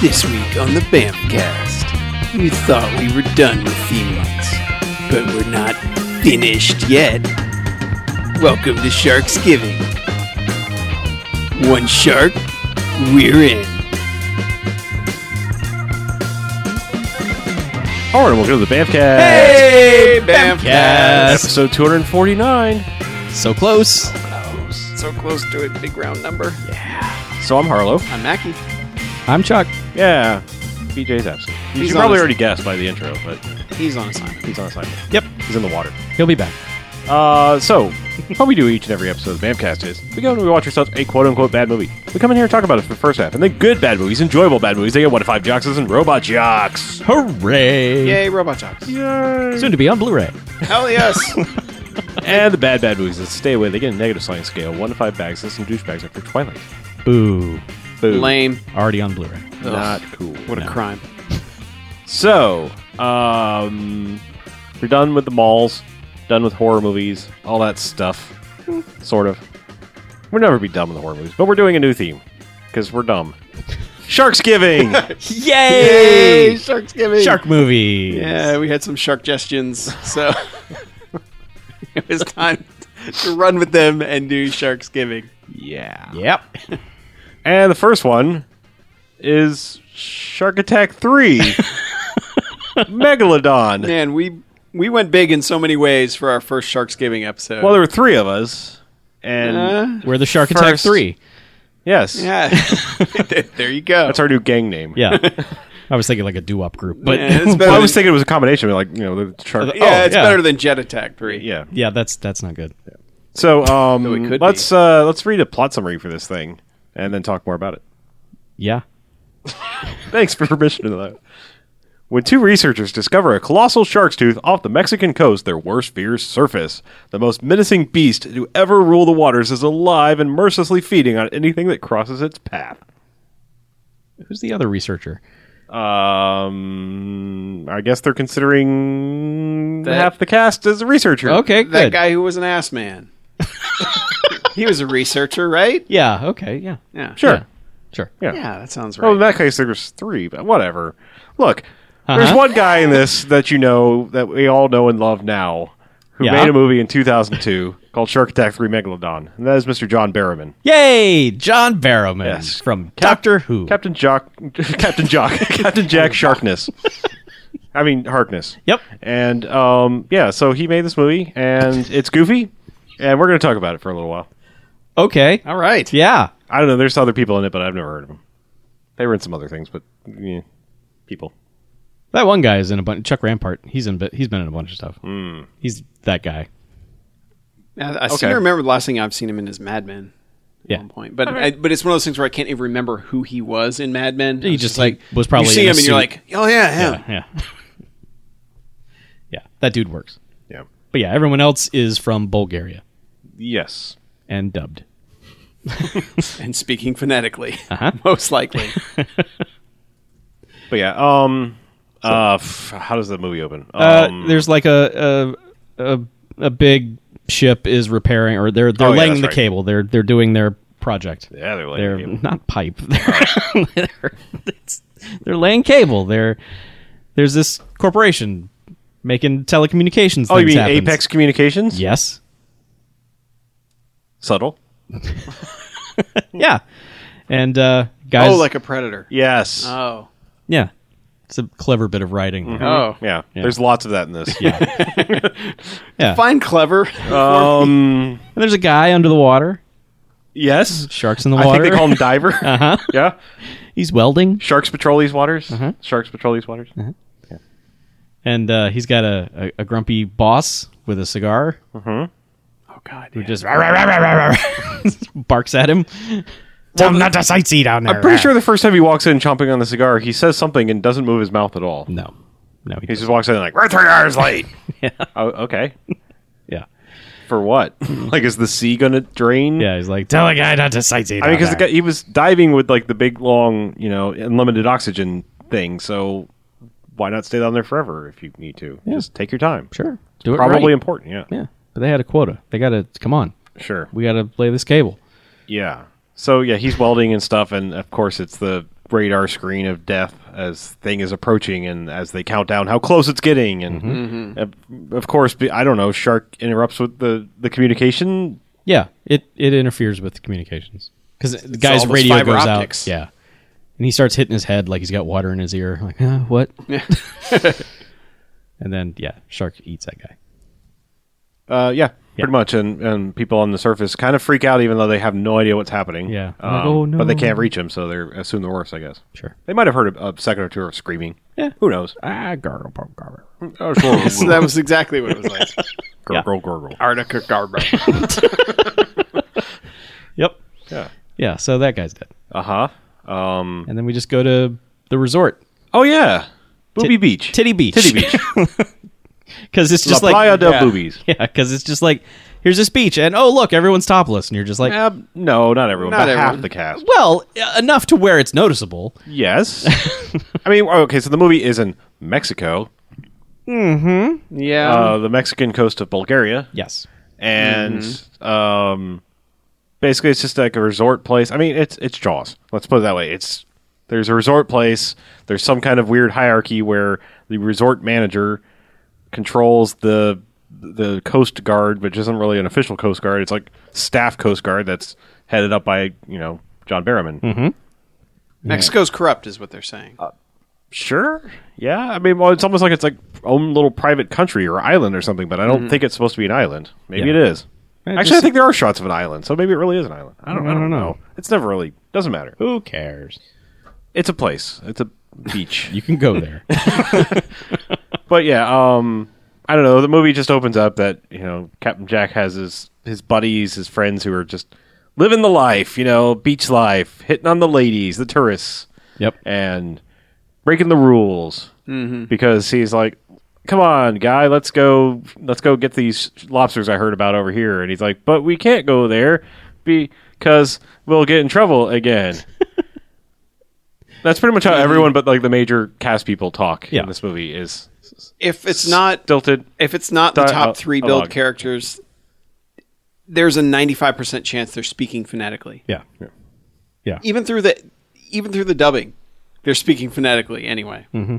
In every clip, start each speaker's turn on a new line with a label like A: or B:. A: This week on the Bamcast, you thought we were done with females, but we're not finished yet. Welcome to Sharks Giving. One shark, we're in.
B: All right, welcome to the Bamfcast.
A: Hey, Bamcast!
B: Episode 249.
C: So close.
A: So close to a big round number.
B: So I'm Harlow.
A: I'm Mackie.
C: I'm Chuck.
B: Yeah, BJ's absent. You
A: He's
B: should
A: on
B: probably
A: his-
B: already guessed by the intro, but
A: He's on assignment.
B: he's on assignment.
C: Yep.
B: He's in the water.
C: He'll be back.
B: Uh, so what we do each and every episode of the Bamcast is we go and we watch ourselves a quote unquote bad movie. We come in here and talk about it for the first half, and then good bad movies, enjoyable bad movies. They get one to five jocks and robot jocks.
C: Hooray!
A: Yay, Robot Jocks.
B: Yay!
C: Soon to be on Blu-ray.
A: Hell yes.
B: And the bad bad movies that stay away. They get a negative slang scale, one to five bags, and some douchebags after Twilight.
C: Boo.
B: Boo.
A: Lame.
C: Already on Blu-ray.
B: Not cool.
A: What a crime.
B: So, um, we're done with the malls, done with horror movies, all that stuff.
A: Hmm.
B: Sort of. We'll never be done with the horror movies, but we're doing a new theme because we're dumb. Sharksgiving.
C: Yay!
A: Sharks Giving.
C: Shark movie.
A: Yeah, we had some shark gestions, so it was time to run with them and do sharks giving.
B: yeah.
C: Yep.
B: And the first one is Shark Attack Three. Megalodon.
A: Man, we we went big in so many ways for our first sharks giving episode.
B: Well, there were three of us, and
A: Uh,
C: We're the Shark Attack
B: First.
C: Three.
B: yes,
A: yeah, there you go.
B: that's our new gang name.
C: Yeah. I was thinking like a doo-wop group, but
A: Yeah, it's better
B: Well, I was
A: than-
B: thinking it was a combination, like you know, the shark.
A: yeah,
C: oh,
A: it's
C: yeah.
A: better than Jet Attack Three.
B: yeah.
C: yeah, that's that's not good.
B: So um,
A: it could
B: let's uh, let's read a plot summary for this thing, and then talk more about it.
C: Yeah.
B: Thanks for permission to that. When two researchers discover a colossal shark's tooth off the Mexican coast, their worst fears surface. The most menacing beast to ever rule the waters is alive and mercilessly feeding on anything that crosses its path.
C: Who's the other researcher?
B: Um, I guess they're considering
A: That-
B: half the cast as a researcher.
C: Okay, good.
A: that guy who was an ass man. he was a researcher, right?
C: Yeah. Okay. Yeah.
A: Yeah,
B: sure.
C: Yeah. Sure.
B: Yeah.
A: Yeah, that sounds right.
B: Well, Oh, in that case, there's three, but whatever. Look, there's
C: Uh-huh.
B: one guy in this that you know that we all know and love now, who
C: Yeah.
B: made a movie in 2002 called Shark Attack 3 Megalodon, and that is Mr. John Barrowman,
C: Yay! John Barrowman
B: Yes.
C: from
B: Cap-
C: Doctor Who.
B: Captain Jock, Captain Jock, Captain Jack Sharkness. I mean Harkness.
C: Yep.
B: And um, yeah, so he made this movie, and it's goofy, and we're going to talk about it for a little while.
C: Okay.
A: All right.
C: Yeah.
B: I don't know. There's other people in it, but I've never heard of them. They were in some other things, but yeah, people.
C: That one guy is in a bunch. Chuck Rampart. He's in. He's been in a bunch of stuff.
A: Hmm.
C: He's that guy.
A: I, I seem
B: Okay.
A: to remember the last thing I've seen him in is Mad Men. At
C: Yeah.
A: one point, but I, but it's one of those things where I can't even remember who he was in Mad Men. I
C: He
A: was
C: just like was probably
A: you see
C: in a
A: him and you're
C: suit.
A: like, oh yeah, him.
C: yeah, yeah, yeah. That dude works.
B: Yeah.
C: But yeah, everyone else is from Bulgaria
B: Yes.
C: and dubbed.
A: and speaking phonetically,
C: Uh-huh.
A: most likely.
B: But yeah, um, uh, f- how does the movie open?
C: Uh,
B: Um,
C: there's like a a, a a big ship is repairing, or they're they're
B: Oh, yeah,
C: laying
B: that's
C: the
B: right.
C: cable. They're they're doing their project.
B: yeah, they're like,
C: they're not pipe. They're, it's- they're laying cable. They're there's this corporation making telecommunications.
B: oh, you
C: things
B: mean
C: happen.
B: Apex Communications?
C: Yes.
B: Subtle.
C: Yeah. And uh, guys.
A: oh, like a predator.
B: Yes.
A: Oh,
C: Yeah. It's a clever bit of writing.
B: Mm-hmm.
C: there.
A: oh.
B: yeah.
C: Mm-hmm. Yeah.
B: There's lots of that in this.
C: Yeah.
A: Fine, clever.
B: Um.
C: And there's a guy under the water.
B: Yes.
C: Sharks in the
B: I
C: water.
B: think they call him Diver.
C: uh-huh.
B: yeah.
C: He's welding.
B: Sharks patrol these waters. Sharks patrol these waters.
C: And uh, he's got a, a, a grumpy boss with a cigar
B: Mm-hmm.
A: oh God.
C: who just barks at him.
D: Tell him not to sightsee down there.
B: I'm pretty sure the first time he walks in, chomping on the cigar, he says something and doesn't move his mouth at all.
C: No. No, he
B: He just walks in like we're three hours late.
C: Yeah.
B: Oh, okay.
C: Yeah.
B: For what? like, is the sea gonna drain?
C: Yeah, he's like,
D: Tell a guy not to sightsee.
B: I mean,
D: down
B: because
D: there.
B: he was diving with like the big long, you know, unlimited oxygen thing. So why not stay down there forever if you need to? Just take your time.
C: sure. Do it
B: Probably
C: right.
B: important. Yeah.
C: Yeah. But they had a quota. They got to come on.
B: Sure.
C: We got to lay this cable.
B: Yeah. So yeah, he's welding and stuff, and of course it's the radar screen of death as thing is approaching and as they count down how close it's getting and
C: Mm-hmm.
B: of- of course be- I don't know shark interrupts with the the communication
C: Yeah, it it interferes with communications because the guy's
B: all those
C: radio
B: fiber
C: goes
B: optics.
C: out. Yeah, and he starts hitting his head like he's got water in his ear. Like "Huh, what? and then yeah, shark eats that guy.
B: Uh, yeah, pretty much. And and people on the surface kind of freak out, even though they have no idea what's happening.
C: Yeah.
B: Um,
C: Like, "Oh, no."
B: But they can't reach them, so they are assume the worst, I guess.
C: Sure.
B: They might have heard a, a second or two of screaming.
C: Yeah.
B: Who knows?
C: Ah, gargle, pump, gargle.
B: Oh, sure.
A: So that was exactly what it was like.
B: Gurgle, gurgle, gurgle.
A: Arctic Garbo.
C: Yep.
B: Yeah.
C: Yeah. So that guy's dead,
B: Uh huh. Um.
C: and then we just go to the resort,
B: Oh yeah. Booby Beach.
C: Titty Beach,
B: Titty Beach.
C: because it's
B: La
C: just like
B: Playa del
A: yeah.
B: Boobies.
C: yeah, because it's just like here's this beach, and oh look, everyone's topless, and you're just like,
B: Uh, no, not everyone.
A: Not
B: but
A: everyone.
B: half the cast.
C: well, enough to where it's noticeable.
B: Yes. I mean, okay. So the movie is in Mexico,
A: Yeah.
B: uh,
C: Mm-hmm.
B: the Mexican coast of Bulgaria.
C: Yes.
B: and um, basically it's just like a resort place. I mean, it's it's Jaws. Let's put it that way. It's there's a resort place. There's some kind of weird hierarchy where the resort manager controls the the coast guard, which isn't really an official coast guard. It's like staff coast guard that's headed up by you know John Barrowman.
A: Mexico's corrupt, is what they're saying.
C: Uh,
B: Sure. Yeah. I mean, well, it's almost like it's like own little private country or island or something, but I don't think it's supposed to be an island. Maybe
C: Mm-hmm. Yeah.
B: it is.
C: It
B: Actually,
C: just-
B: I think there are shots of an island, so maybe it really is an island. I don't. I don't, know. It's never really. Doesn't matter.
C: Who cares?
B: It's a place. It's a beach.
C: You can go there.
B: but yeah. Um. I don't know. The movie just opens up that you know Captain Jack has his his buddies, his friends who are just living the life. You know, beach life, hitting on the ladies, the tourists.
C: yep.
B: and breaking the rules because he's like, "Come on, guy, let's go, let's go get these lobsters I heard about over here." And he's like, "But we can't go there because we'll get in trouble again." That's pretty much how everyone but like the major cast people talk
C: Yeah.
B: in this movie is
A: If it's not
B: stilted.
A: if it's not the
B: Di-
A: top
B: uh,
A: three
B: dialogue.
A: build characters, there's a 95% chance they're speaking phonetically.
C: Yeah.
A: Even through the even through the dubbing, they're speaking phonetically anyway. Mm-hmm.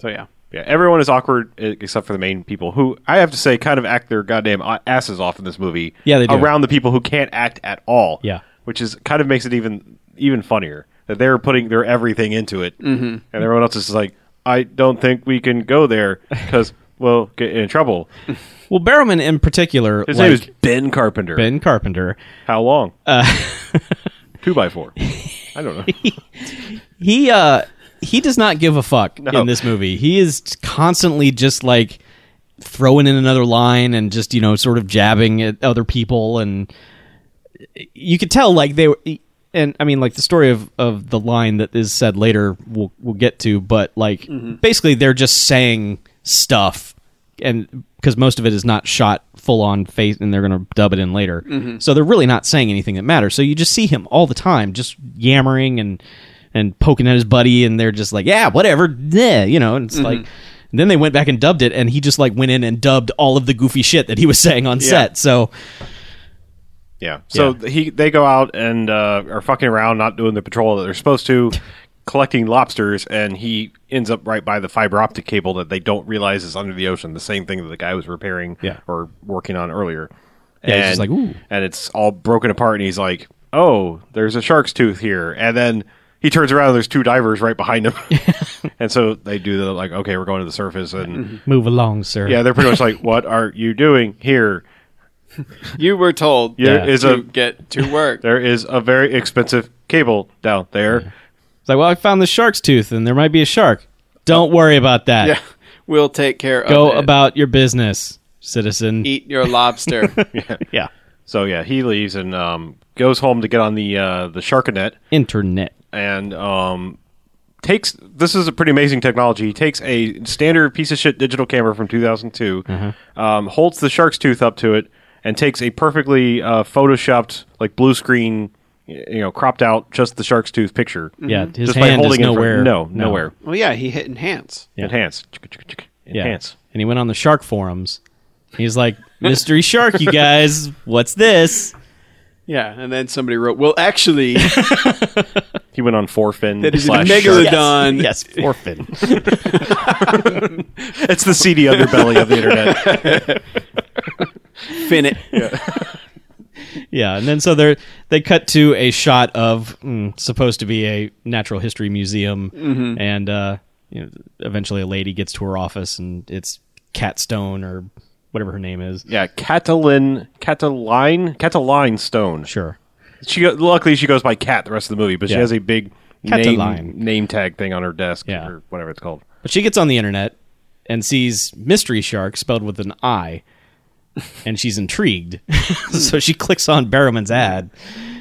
A: So yeah,
B: Yeah, everyone is awkward eh, except for the main people who I have to say kind of act their goddamn a- asses off in this movie.
C: Yeah, they do.
B: around the people who can't act at all.
C: Yeah.
B: which is kind of makes it even even funnier that they're putting their everything into it, mm-hmm. and everyone else is like, I don't think we can go there because we'll get in trouble.
C: Well, Barrowman in particular,
B: His
C: like
B: name is Ben Carpenter.
C: Ben Uh, Carpenter,
B: How long? Two by four. I don't know.
C: he uh he does not give a fuck
B: No.
C: in this movie. He is constantly just like throwing in another line and just you know sort of jabbing at other people and you could tell like they were and I mean like the story of of the line that is said later we'll we'll get to but like basically they're just saying stuff and because most of it is not shot full on face and they're going to dub it in later so they're really not saying anything that matters so you just see him all the time just yammering and and poking at his buddy and they're just like yeah whatever yeah you know and it's like and then they went back and dubbed it and he just like went in and dubbed all of the goofy shit that he was saying on set so
B: Yeah. So th- he they go out and uh, are fucking around, not doing the patrol that they're supposed to, collecting lobsters, and he ends up right by the fiber optic cable that they don't realize is under the ocean. The same thing that the guy was repairing
C: Yeah.
B: or working on earlier.
C: Yeah, he's
B: and,
C: just like, "Ooh."
B: and it's all broken apart, and he's like, "Oh, there's a shark's tooth here," and then. He turns around and there's two divers right behind him. and so they do the like, okay, we're going to the surface and
C: move along sir
B: yeah, they're pretty much like, What are you doing here?
A: you were told
B: There
C: Yeah.
B: is
A: to
B: a
A: get to work.
B: there is a very expensive cable down there.
C: It's like, well, I found the shark's tooth, and there might be a shark. Don't worry about that.
A: yeah, we'll take care
C: Go
A: of it.
C: about your business, citizen.
A: eat your lobster.
C: E- Yeah.
B: So yeah, he leaves and um, goes home to get on the uh, the Sharkanet
C: Internet.
B: and um, takes. This is a pretty amazing technology. He takes a standard piece of shit digital camera from 2002,
C: Mm-hmm.
B: um, holds the shark's tooth up to it, and takes a perfectly uh, photoshopped like blue screen, y- you know, cropped out just the shark's tooth picture.
C: Mm-hmm. Yeah, his
B: just
C: hand
B: by
C: is
B: holding it in front-
C: nowhere.
B: No,
C: No.
B: nowhere.
A: well, yeah, he hit enhance.
B: Enhance.
C: Yeah.
B: Enhance.
C: And he went on the shark forums. He's like, mystery shark, you guys. What's this?
A: Yeah, and then somebody wrote, "Well, actually,
B: He went on four fin
A: That is a
B: slash
A: megalodon.
B: shark.
A: Done.
C: Yes,
D: Orphan.
B: It's the seedy underbelly of the internet.
A: Fin it.
C: Yeah, and then so they they cut to a shot of mm, supposed to be a natural history museum, and uh, you know, eventually a lady gets to her office, and it's Cat Stone or whatever her name is.
B: Yeah, Catalin, Cataline, Cataline Stone.
C: Sure,
B: She go- luckily she goes by Cat the rest of the movie, but she
C: Yeah.
B: has a big
C: Cataline.
B: name, name tag thing on her desk
C: Yeah.
B: or whatever it's called.
C: but she gets on the internet and sees mystery shark spelled with an I, and she's intrigued, so she clicks on Barrowman's ad.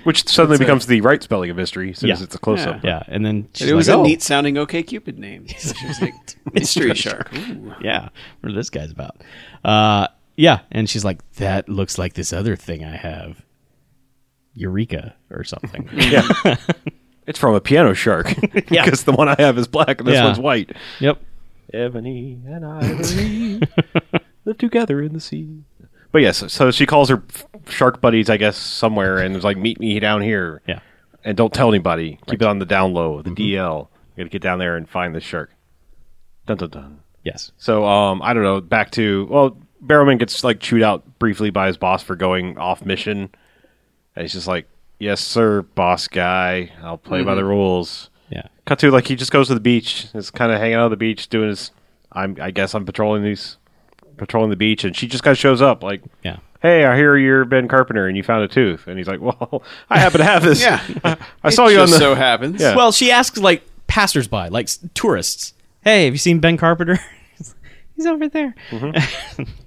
B: Which suddenly becomes the right spelling of mystery as soon as
C: Yeah.
B: it's a close up.
C: Yeah, and then she's
A: It was
C: like,
A: a
C: "Oh,
A: neat sounding OK Cupid name. So she was like, Mystery Shark. Ooh.
C: yeah, what are this guy's about? Uh, yeah, and she's like, that looks like this other thing I have, Eureka or something.
B: Yeah. it's from a piano shark.
C: Yeah.
B: Because the one I have is black and this
C: Yeah.
B: one's white.
C: yep.
B: Ebony and ivory live together in the sea. But yes, so she calls her f- shark buddies, I guess, somewhere and is like, meet me down here.
C: Yeah.
B: And don't tell anybody. Keep it on the down low, the DL. You gotta get down there and find the shark. Dun dun dun.
C: Yes.
B: So um, I don't know. Back to well, Barrowman gets like chewed out briefly by his boss for going off mission, and he's just like, "Yes, sir, boss guy. I'll play by the rules."
C: Yeah.
B: Cut to like he just goes to the beach. Is kind of hanging out on the beach, doing his. I'm. I guess I'm patrolling these, patrolling the beach, and she just kind of shows up like.
C: Yeah.
B: Hey, I hear you're Ben Carpenter, and you found a tooth. And he's like, "Well, I happen to have this.
A: Yeah.
B: I, I saw you on
A: Just
B: the
A: so happens.
B: Yeah.
C: Well, she asks like passersby, like s- tourists, "Hey, have you seen Ben Carpenter? He's over there."
A: Mm-hmm.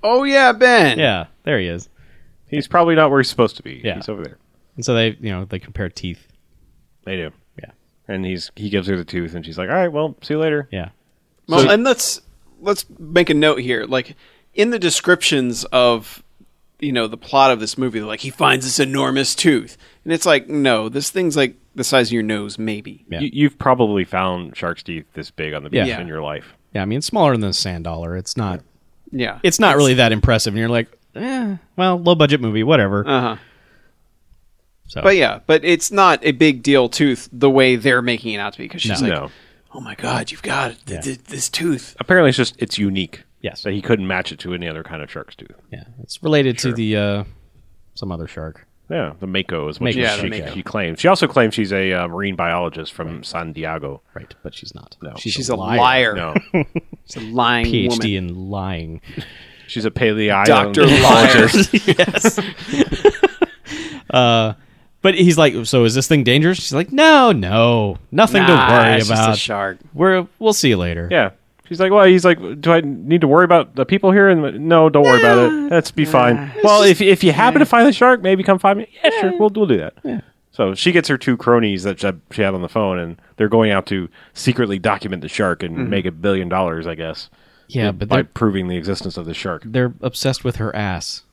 A: Oh, yeah, Ben.
C: Yeah, there he is.
B: He's probably not where he's supposed to be.
C: Yeah.
B: He's over there.
C: And so they, you know, they compare teeth.
B: They do.
C: Yeah.
B: And he's he gives her the tooth, and she's like, "All right, well, see you later."
C: Yeah.
A: Well,
B: So-
A: and let's let's make a note here. Like in the descriptions of you know the plot of this movie, they're like he finds this enormous tooth, and it's like no, this thing's like the size of your nose, maybe.
C: Yeah.
B: You, you've probably found shark's teeth this big on the beach
A: Yeah.
B: in your life.
C: Yeah, I mean, it's smaller than a sand dollar. It's not.
A: Yeah,
C: It's not really that impressive. And you're like, eh, well, low budget movie, whatever.
A: Uh huh.
C: so,
A: But yeah, but it's not a big deal tooth the way they're making it out to be because she's
C: No.
A: like,
B: no,
A: oh my god, you've got it, th- th- this tooth.
B: apparently it's just it's unique.
C: Yes.
B: so he couldn't match it to any other kind of shark's tooth.
C: Yeah, it's related to the uh, some other shark.
B: Yeah, the mako is what
C: Mako.
B: she,
C: Yeah,
A: the
B: she,
A: mako.
B: she claims. She also claims she's a uh, marine biologist from San Diego.
C: Right, but she's not.
B: No.
A: She's, a liar.
B: No,
A: She's a lying
C: PhD
A: woman.
C: in lying.
B: she's a
A: Doctor
B: paleontologist.
A: liar.
C: yes. uh, but he's like, so is this thing dangerous? She's like, no, no, nothing
A: Nah,
C: to worry
A: it's just a
C: about.
A: shark.
C: We're we'll see you later.
B: Yeah. She's like, well, he's like, do I need to worry about the people here? And no, don't worry about it. That's be fine. Well, if if you happen to find the shark, maybe come find me. Yeah, sure, we'll we'll do that. So she gets her two cronies that she- she had on the phone, and they're going out to secretly document the shark and make a billion dollars, I guess,
C: yeah, but
B: by
C: they're,
B: proving the existence of the shark.
C: they're obsessed with her ass.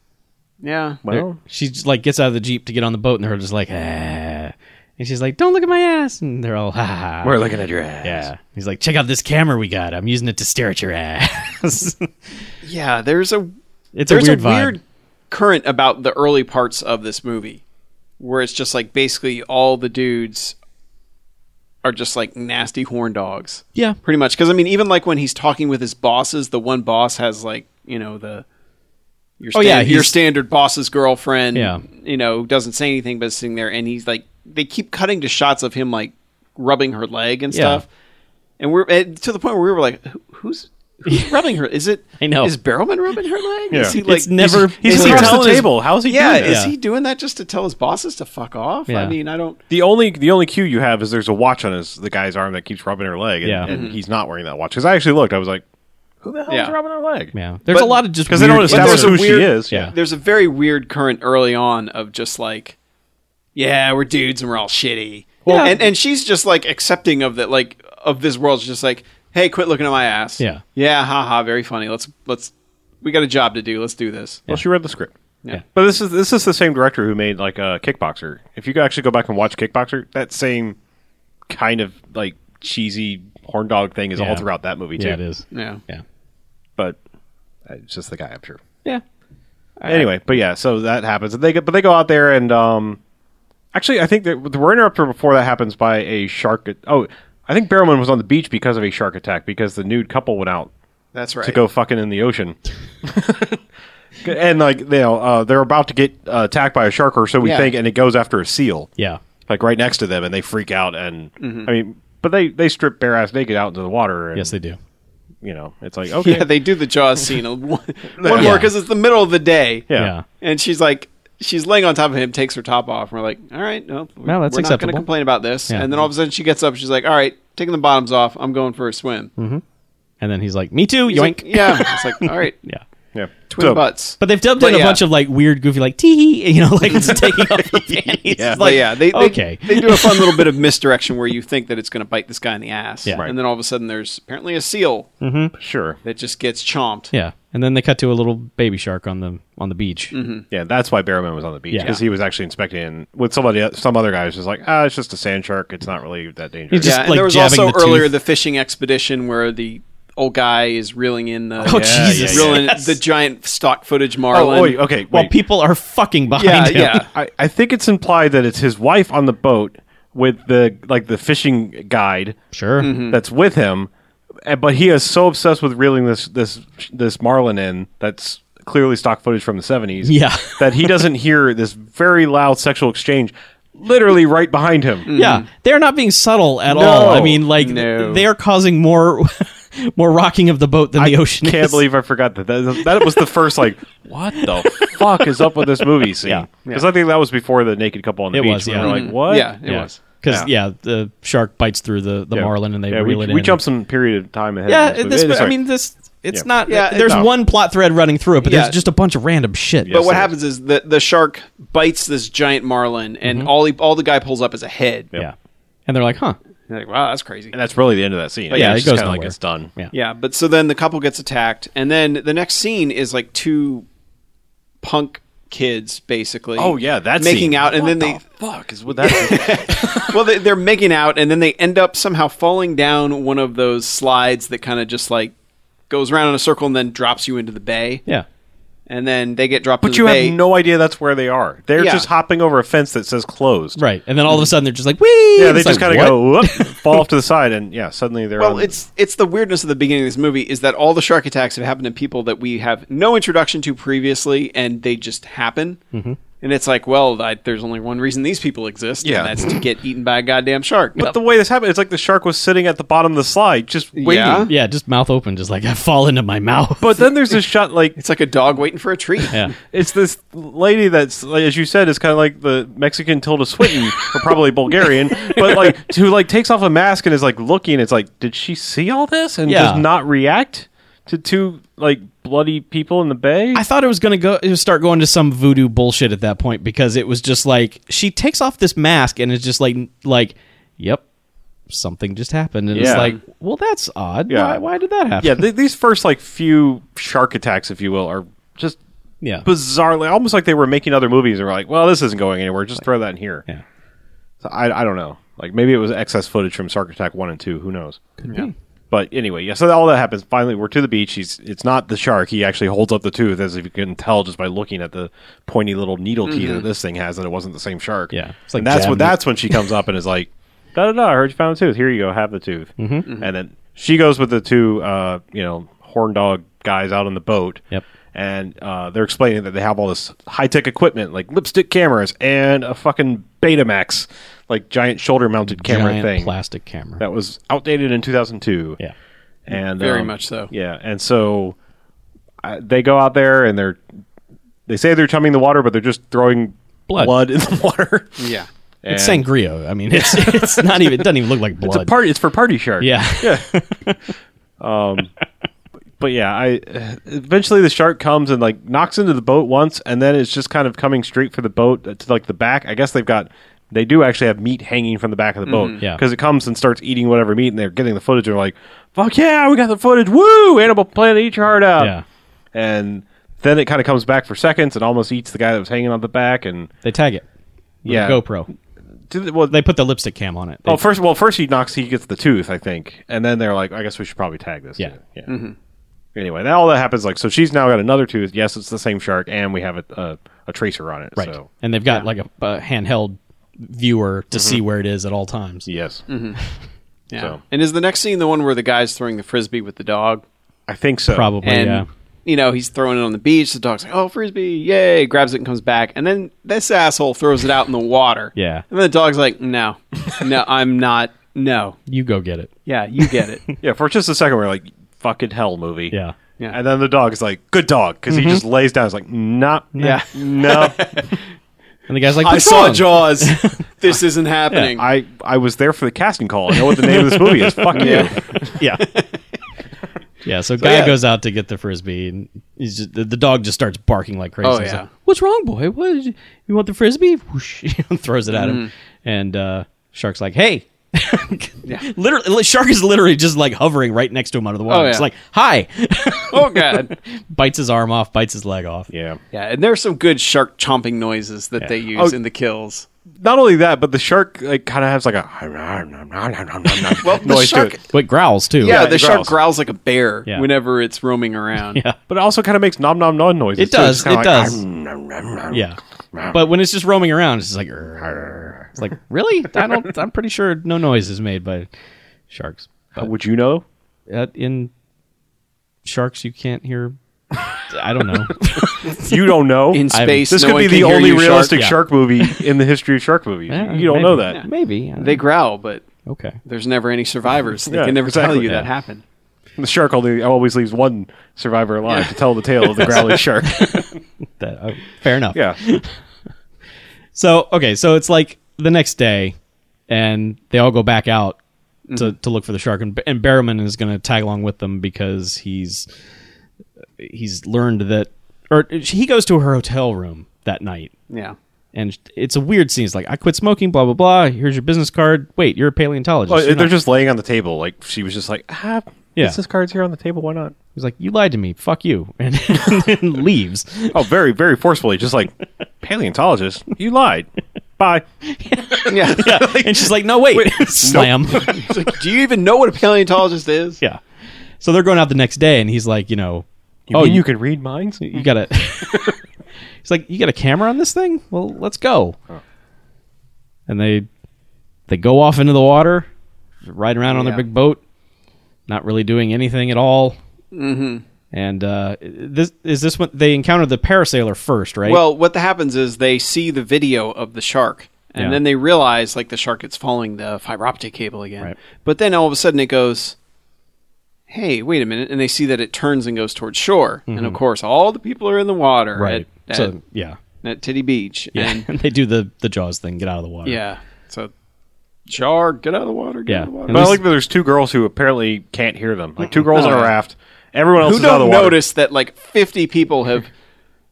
A: Yeah.
B: Well,
C: She just, like gets out of the jeep to get on the boat, and they're just like, ah. and she's like, don't look at my ass, and they're all, ha ha. ha.
B: we're looking at your ass.
C: yeah. He's like, check out this camera we got. I'm using it to stare at your ass.
A: Yeah. There's a
C: it's
A: there's
C: a weird
A: a
C: vibe.
A: weird current about the early parts of this movie where it's just like basically all the dudes are just like nasty horn dogs
C: yeah,
A: pretty much because i mean even like when he's talking with his bosses the one boss has like you know the your,
C: Oh,
A: stan-
C: yeah,
A: your
C: he's-
A: standard boss's girlfriend
C: Yeah.
A: you know doesn't say anything but is sitting there and he's like they keep cutting to shots of him like rubbing her leg and
C: Yeah.
A: stuff and we're and to the point where we were like "Who- who's who's rubbing her is it
C: I know.
A: is barrelman rubbing her leg
B: Yeah.
A: is he
B: It's
A: like
C: it's never.
B: He's
A: Is he
C: clear.
B: across
A: telling
B: the
A: his-
B: table. How's he
A: yeah,
B: doing that?
A: is he doing that just to tell his bosses to fuck off? I
C: Yeah.
A: mean, I don't.
B: The only the only cue you have is there's a watch on his the guy's arm that keeps rubbing her leg, and,
C: Yeah.
B: and he's not wearing that watch. Because I actually looked, I was like, who the hell
A: Yeah.
B: is rubbing her leg?
C: Yeah, there's
A: But-
C: a lot of just
B: because they don't
C: weird-
A: But
B: establish
A: there's a
B: who
A: weird-
B: she is.
C: Yeah.
A: There's a very weird current early on of just like, yeah, we're dudes and we're all shitty.
C: Well-
A: and and she's just like accepting of that, like of this world. She's just like, hey, quit looking at my ass.
C: Yeah.
A: yeah, haha, very funny. Let's let's we got a job to do. Let's do this.
B: Well, she read the script.
A: Yeah.
B: But this is this is the same director who made like a Kickboxer. If you could actually go back and watch Kickboxer, that same kind of like cheesy horn dog thing is all
C: Yeah.
B: throughout that movie too.
C: Yeah, it is.
A: Yeah,
C: Yeah.
B: But uh, it's just the guy, I'm sure.
C: Yeah.
B: anyway, but yeah, so that happens. And They go, but they go out there and um, Actually, I think that we're interrupted before that happens by a shark. Oh, I think Barrowman was on the beach because of a shark attack because the nude couple went out
A: That's right.
B: to go fucking in the ocean. and like you know, uh, they're about to get uh, attacked by a shark, or so we
A: Yeah.
B: think, and it goes after a seal,
C: Yeah.
B: like right next to them, and they freak out. And
A: Mm-hmm.
B: I mean, but they they strip bare ass naked out into the water. And,
C: Yes, they do.
B: You know, it's like okay,
A: Yeah, they do the Jaws scene a- one, one
B: Yeah.
A: more because it's the middle of the day.
B: Yeah.
C: Yeah.
A: and she's like, she's laying on top of him, takes her top off, and we're like, all right, no, we-
C: No, that's
A: we're not going
C: acceptable.
A: to complain about this.
C: Yeah.
A: And then all of a sudden she gets up, she's like, all right, taking the bottoms off, I'm going for a swim.
C: And then he's like, "Me too,
A: He's
C: yoink."
A: like, yeah, it's like all right,
C: yeah.
B: yeah,
A: twin
B: So-
A: butts.
C: But they've dubbed
A: But
C: in a
A: yeah.
C: bunch of like weird, goofy, like tee hee, you know, like just taking off the panties.
B: Yeah.
C: It's
A: But
C: like,
A: yeah, they, they
C: okay.
A: they do a fun little bit of misdirection where you think that it's going to bite this guy in the ass,
C: Yeah. Right.
A: and then all of a sudden there's apparently a seal
B: Sure.
A: that just gets chomped.
C: yeah, and then they cut to a little baby shark on the on the beach.
A: Mm-hmm.
B: Yeah, that's why Barrowman was on the beach
C: Yeah.
B: because he was actually inspecting and with somebody. Some other guy was just like, ah, it's just a sand shark. It's not really that dangerous.
C: He just,
A: yeah, and
C: like,
A: there was
C: jabbing
A: also
C: the
A: earlier
C: tooth.
A: the fishing expedition where the old guy is reeling in the
C: Oh
B: Yeah,
C: Jesus!
B: yeah, yeah.
A: reeling the giant stock footage
B: oh,
A: marlin.
B: wait, okay. Wait.
C: While people are fucking behind
A: yeah,
C: him.
A: yeah.
B: I, I think it's implied that it's his wife on the boat with the like the fishing guide
C: Sure.
B: that's with him, and- but he is so obsessed with reeling this this this marlin in that's clearly stock footage from the seventies.
C: Yeah.
B: that he doesn't hear this very loud sexual exchange, literally right behind him.
C: Yeah, they're not being subtle at all. I mean, like
A: No.
C: they are causing more more rocking of the boat than the ocean.
B: Can't
C: is.
B: believe I forgot that. that. That was the first like, what the fuck is up with this movie scene?
C: Yeah.
B: because I think that was before the naked couple on the
C: It
B: beach.
C: was,
B: when
C: yeah.
B: we're
C: Mhm.
B: like, what?
A: Mm-hmm. Yeah, it
C: yeah.
A: was.
C: because yeah. the shark bites through the, the
B: Yeah.
C: marlin and they
B: yeah,
C: reel
B: we,
C: it in.
B: we jump some period of time ahead.
C: Yeah,
B: in
C: this.
B: movie.
C: I
B: Sorry.
C: mean, this. It's
B: Yeah.
C: not. uh,
A: Yeah,
C: there's
A: no.
C: one plot thread running through it, but
A: Yeah.
C: there's just a bunch of random shit.
B: Yes.
A: But what
B: it is.
A: happens is that the shark bites this giant marlin, and all he, all the guy pulls up is a head.
C: Mm-hmm. Yeah. And they're like, huh?
A: You're like, wow, that's crazy.
B: And that's really the end of that scene.
C: yeah, it
B: it's
C: goes
B: kind of like
C: nowhere.
B: it's done.
C: Yeah.
A: yeah, but so then the couple gets attacked, and then the next scene is like two punk kids basically.
B: Oh yeah, that's
A: making out, and then they
B: fuck is what that.
A: well they, they're making out, and then they end up somehow falling down one of those slides that kind of just like goes around in a circle and then drops you into the bay.
C: Yeah.
A: and then they get dropped.
B: but
A: into
B: you
A: the bay.
B: have no idea that's where they are. They're
A: Yeah.
B: just hopping over a fence that says closed.
C: Right. And then all of a sudden they're just like, wee.
B: Mm-hmm. Yeah, they
C: It's
B: just
C: like,
B: kind of go whoop, fall off to the side, and yeah, suddenly they're
A: Well,
B: on-
A: it's it's the weirdness of the beginning of this movie is that all the shark attacks have happened to people that we have no introduction to previously, and they just happen. Mm-hmm. And it's like, well, I, there's only one reason these people exist,
B: Yeah.
A: and that's to get eaten by a goddamn shark.
B: But the way this happened, it's like the shark was sitting at the bottom of the slide, just waiting.
A: Yeah.
C: Yeah, just mouth open, just like I fall into my mouth.
B: But then there's this shot, like
A: it's like a dog waiting for a treat.
C: yeah.
B: it's this lady that's, like, as you said, is kind of like the Mexican Tilda Swinton, or probably Bulgarian, but like who like takes off a mask and is like looking. It's like, did she see all this and
C: Yeah.
B: does not react to two like bloody people in the bay?
C: I thought it was gonna go it would start going to some voodoo bullshit at that point because it was just like she takes off this mask and it's just like like, yep, something just happened. And it's
B: Yeah.
C: like, well that's odd.
B: Yeah.
C: Why why did that happen?
B: yeah, th- these first like few shark attacks, if you will, are just
C: Yeah.
B: bizarrely almost like they were making other movies and were like, well, this isn't going anywhere. Just throw that in here.
C: Yeah.
B: So I, I don't know. Like maybe it was excess footage from Shark Attack One and Two. Who knows?
C: Yeah.
B: But anyway, yeah. So all that happens. Finally, we're to the beach. He's it's not the shark. He actually holds up the tooth, as if you can tell just by looking at the pointy little needle teeth that this thing has, and it wasn't the same shark.
C: Yeah. It's like
B: and that's
C: jabbing
B: what.
C: it.
B: That's when she comes up and is like, "Da da da! I heard you found a tooth. Here you go. Have the tooth." Mm-hmm. And then she goes with the two, uh, you know, horn dog guys out on the boat.
C: Yep.
B: And uh, they're explaining that they have all this high tech equipment, like lipstick cameras and a fucking Betamax, like giant shoulder mounted camera
C: Giant
B: thing
C: plastic camera.
B: that was outdated in 2002.
C: Yeah.
B: and
A: Very
B: um,
A: much so.
B: Yeah, and so I, they go out there and they're they say they're chumming the water, but they're just throwing
C: Blood.
B: in the water.
A: Yeah.
C: It's
B: And
C: sangria. I mean, it's it's not even. It doesn't even look like
B: It's a
C: blood.
B: party. It's for party shark.
C: yeah.
B: but yeah, I eventually the shark comes and like knocks into the boat once, and then it's just kind of coming straight for the boat uh, to like the back. I guess they've got they do actually have meat hanging from the back of the boat
C: Yeah.
B: because it comes and starts eating whatever meat, and they're getting the footage. And they're like, "Fuck yeah, we got the footage! Woo! Animal Planet, eat your heart out!"
C: Yeah.
B: and then it kind of comes back for seconds and almost eats the guy that was hanging on the back, and
C: They tag it. With
B: Yeah.
C: yeah. GoPro.
B: did- well,
C: They put the lipstick cam on it. They-
B: Oh, first, well, first he knocks, he gets the tooth, I think, and then they're like, I guess we should probably tag this.
C: Yeah.
B: dude. yeah.
A: Mm-hmm.
B: Anyway, now all that happens, like, so she's now got another tooth. Yes, it's the same shark, and we have a a, a tracer on it.
C: right.
B: So Mm-hmm.
C: and they've got like a, a handheld viewer to see where it is at all times.
B: Yes,
A: Mm-hmm. Yeah.
B: So.
A: And is the next scene the one where the guy's throwing the frisbee with the dog?
B: I think so.
C: Probably,
A: and
C: yeah.
A: you know he's throwing it on the beach. The dog's like, "Oh, frisbee! Yay!" Grabs it and comes back, and then this asshole throws it out in the water.
C: Yeah.
A: and then the dog's like, "No, no, I'm not. No,
C: You go get it.
A: yeah, you get it.
B: Yeah, for just a second, we're like, fucking hell movie.
C: Yeah. Mm-hmm.
A: Yeah.
B: And then the dog is like, good dog, because he just lays down. He's like, not,
A: Yeah.
B: no.
C: And the guy's like,
A: I
C: "What's
A: saw
C: wrong?"
A: Jaws. this isn't happening."
B: I, I was there for the casting call. I know what the name of this movie is. Fuck you.
C: yeah. Yeah, so, guy
A: yeah.
C: goes out to get the frisbee, and he's just, the, the dog just starts barking like crazy.
A: Oh,
C: He's
A: yeah.
C: like, What's wrong, boy? What did you, you want the frisbee? Whoosh, and throws it at him,
A: Mm-hmm.
C: and uh, shark's like, "Hey." literally, li- shark is literally just like hovering right next to him under the water.
A: Oh, yeah.
C: It's like, "Hi!"
A: oh god.
C: bites his arm off, bites his leg off.
B: Yeah.
A: Yeah, and there's some good shark chomping noises that they use
B: Oh.
A: in the kills.
B: Not only that, but the shark like kind of has like a well,
A: Well, the shark-
C: But growls too.
A: Yeah,
B: Yeah,
A: the
B: it
A: shark
B: growls.
A: growls like a bear
C: Yeah.
A: whenever it's roaming around.
C: Yeah.
B: But it also kind of makes nom nom nom noises.
C: It does,
B: Too. It's kinda
C: it
B: like,
C: does.
B: "Nom, nom, nom."
C: Yeah. But when it's just roaming around, it's just like, "Rrrr." it's like, really? I don't. I'm pretty sure no noise is made by sharks.
B: How would you know?
C: Uh, in sharks, you can't hear. I don't know.
B: You don't know.
A: In
C: I-
A: space,
B: this
A: no
B: could
A: one
B: be
A: can
B: the
A: hear
B: only
A: you, shark.
B: realistic
C: Yeah.
B: shark, movie in the history of shark movies. you don't know that.
C: Maybe I don't
A: They
C: know.
A: growl, but
C: Okay.
A: there's never any survivors. They
B: Yeah,
A: can never tell
B: exactly.
A: you
B: Yeah.
A: that happened.
B: The shark only always leaves one survivor alive to tell the tale of the growling shark.
C: That, uh, fair enough.
B: Yeah.
C: So okay, so it's like the next day, and they all go back out to,
B: Mm-hmm.
C: to look for the shark, and, and Barrowman is going to tag along with them because he's he's learned that, or he goes to her hotel room that night,
A: Yeah.
C: and it's a weird scene. It's like I quit smoking, blah blah blah. Here's your business card. Wait, you're a paleontologist.
B: Well,
C: You're
B: they're
C: not-
B: just laying on the table. Like she was just like, ah,
C: Yeah.
B: business cards here on the table. Why not?
C: He's like, you lied to me. Fuck you, and, and leaves.
B: Oh, very, very forcefully. Just like paleontologist, you lied. Bye.
A: Yeah.
C: and she's like, no wait, slam.
A: It's like, do you even know what a paleontologist is?
C: yeah. So they're going out the next day, and he's like, you know,
B: You
C: oh,
B: mean
C: you
B: you can read minds?
C: you got a he's like you got a camera on this thing well let's go and they they go off into the water ride around on their
A: Yeah.
C: big boat not really doing anything at all mm-hmm. and uh, this is this what they encounter the parasailer first right
A: Well, what happens is they see the video of the shark, and
C: Yeah.
A: then they realize like the shark is following the fiber optic cable again.
C: Right.
A: But then all of a sudden it goes, "Hey, wait a minute!" And they see that it turns and goes towards shore, and of course all the people are in the water
C: Mm-hmm. right
A: at, at,
C: so yeah
A: at Titty Beach,
C: yeah
A: and
C: and they do the the jaws thing get out of the water
A: yeah, so shark, get out of the water, get
C: Yeah.
A: out of the water.
C: And
B: But I
C: least-
B: like
C: Mm-hmm.
B: that there's two girls who apparently can't hear them. Like two girls on
A: Oh,
B: a
A: yeah.
B: raft. Everyone else
A: Who
B: is out of the
A: don't
B: water.
A: notice that like 50 people have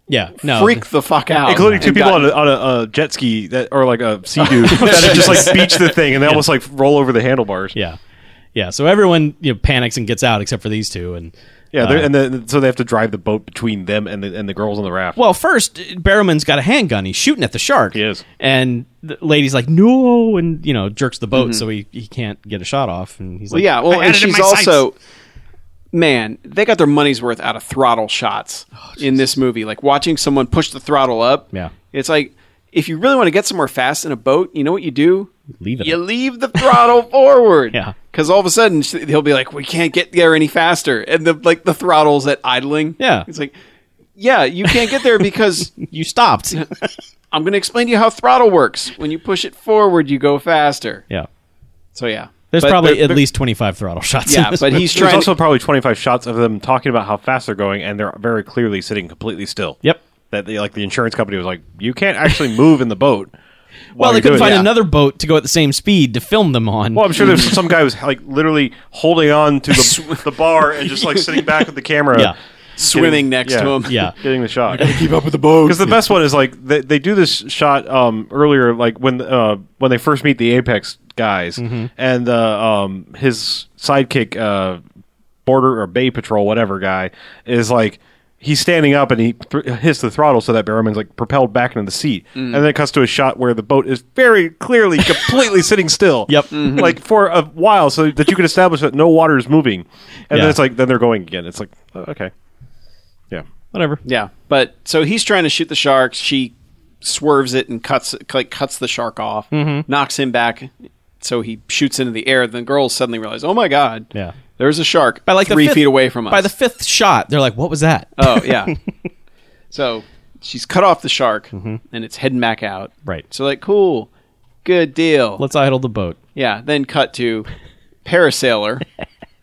C: yeah no
A: freaked the fuck out,
B: Including two
A: and
B: people
A: gotten-
B: on a, on a, a jet ski that, or like a sea doo that have just like beach the thing and they almost like roll over the handlebars.
C: yeah yeah so everyone you know panics and gets out except for these two and
B: yeah.
C: uh,
B: they're and then so they have to drive the boat between them and the and the girls on the raft.
C: Well, first, Barrowman's got a handgun. He's shooting at the shark.
B: He is.
C: And the lady's like, no, and, you know, jerks the boat so he, he can't get a shot off. And he's
A: Mm-hmm. Well,
C: like,
A: yeah,
D: I
A: well, and
D: added in
A: she's
D: my sights.
A: also man. They got their money's worth out of throttle shots in this movie. Like watching someone push the throttle up.
C: Oh, Yeah.
A: it's like if you really want to get somewhere fast in a boat, you know what you do?
C: leave it.
A: You leave the throttle forward.
C: Yeah.
A: because all of a sudden sh- he'll be like, "We can't get there any faster," and the like the throttle's at idling.
C: Yeah.
A: it's like, yeah, you can't get there because
C: you stopped.
A: I'm going to explain to you how throttle works. When you push it forward, you go faster.
C: yeah.
A: So yeah,
C: There's
A: But
C: probably
A: they're-
C: at least 25 throttle shots. in
A: yeah,
C: this
A: but
C: movie.
A: he's
B: There's
A: trying.
B: also probably 25 shots of them talking about how fast they're going, and they're very clearly sitting completely still.
C: Yep.
B: That they, like the insurance company was like, you can't actually move in the boat.
C: Well,
B: while
C: they
B: you're
C: couldn't
B: doing
C: find
B: that."
C: another boat to go at the same speed to film them on.
B: Well, I'm sure there's some guy who's like literally holding on to the, the bar and just like sitting back with the camera.
C: Yeah.
A: swimming next
B: yeah.
A: to him.
C: yeah.
B: Getting the shot.
A: keep up with the boat.
B: Because the best one is like they, they do this shot um, earlier, like when uh, when they first meet the Apex guys
C: Mm-hmm.
B: and uh, um, his sidekick, uh, border or Bay Patrol, whatever guy, is like he's standing up and he th- hits the throttle so that Barrowman's like propelled back into the seat,
A: Mm.
B: and then it cuts to a shot where the boat is very clearly completely sitting still.
C: Yep.
A: Mm.
B: like for a while, so that you can establish that no water is moving, and
C: Yeah.
B: then it's like then they're going again. It's like oh, okay, yeah.
C: Whatever.
A: Yeah, but so he's trying to shoot the shark. She swerves it and cuts like cuts the shark off,
C: Mm-hmm.
A: knocks him back, so he shoots into the air. The girls suddenly realize, oh my god,
B: Yeah.
A: there's a shark
C: By like the
A: three
C: fifth-
A: feet away from us.
C: By the fifth shot, they're like, "What was that?"
A: oh yeah, so she's cut off the shark and it's heading back out.
C: Mm-hmm. Right.
A: So like, cool, good deal.
C: Let's idle the boat.
A: Yeah, then cut to parasailer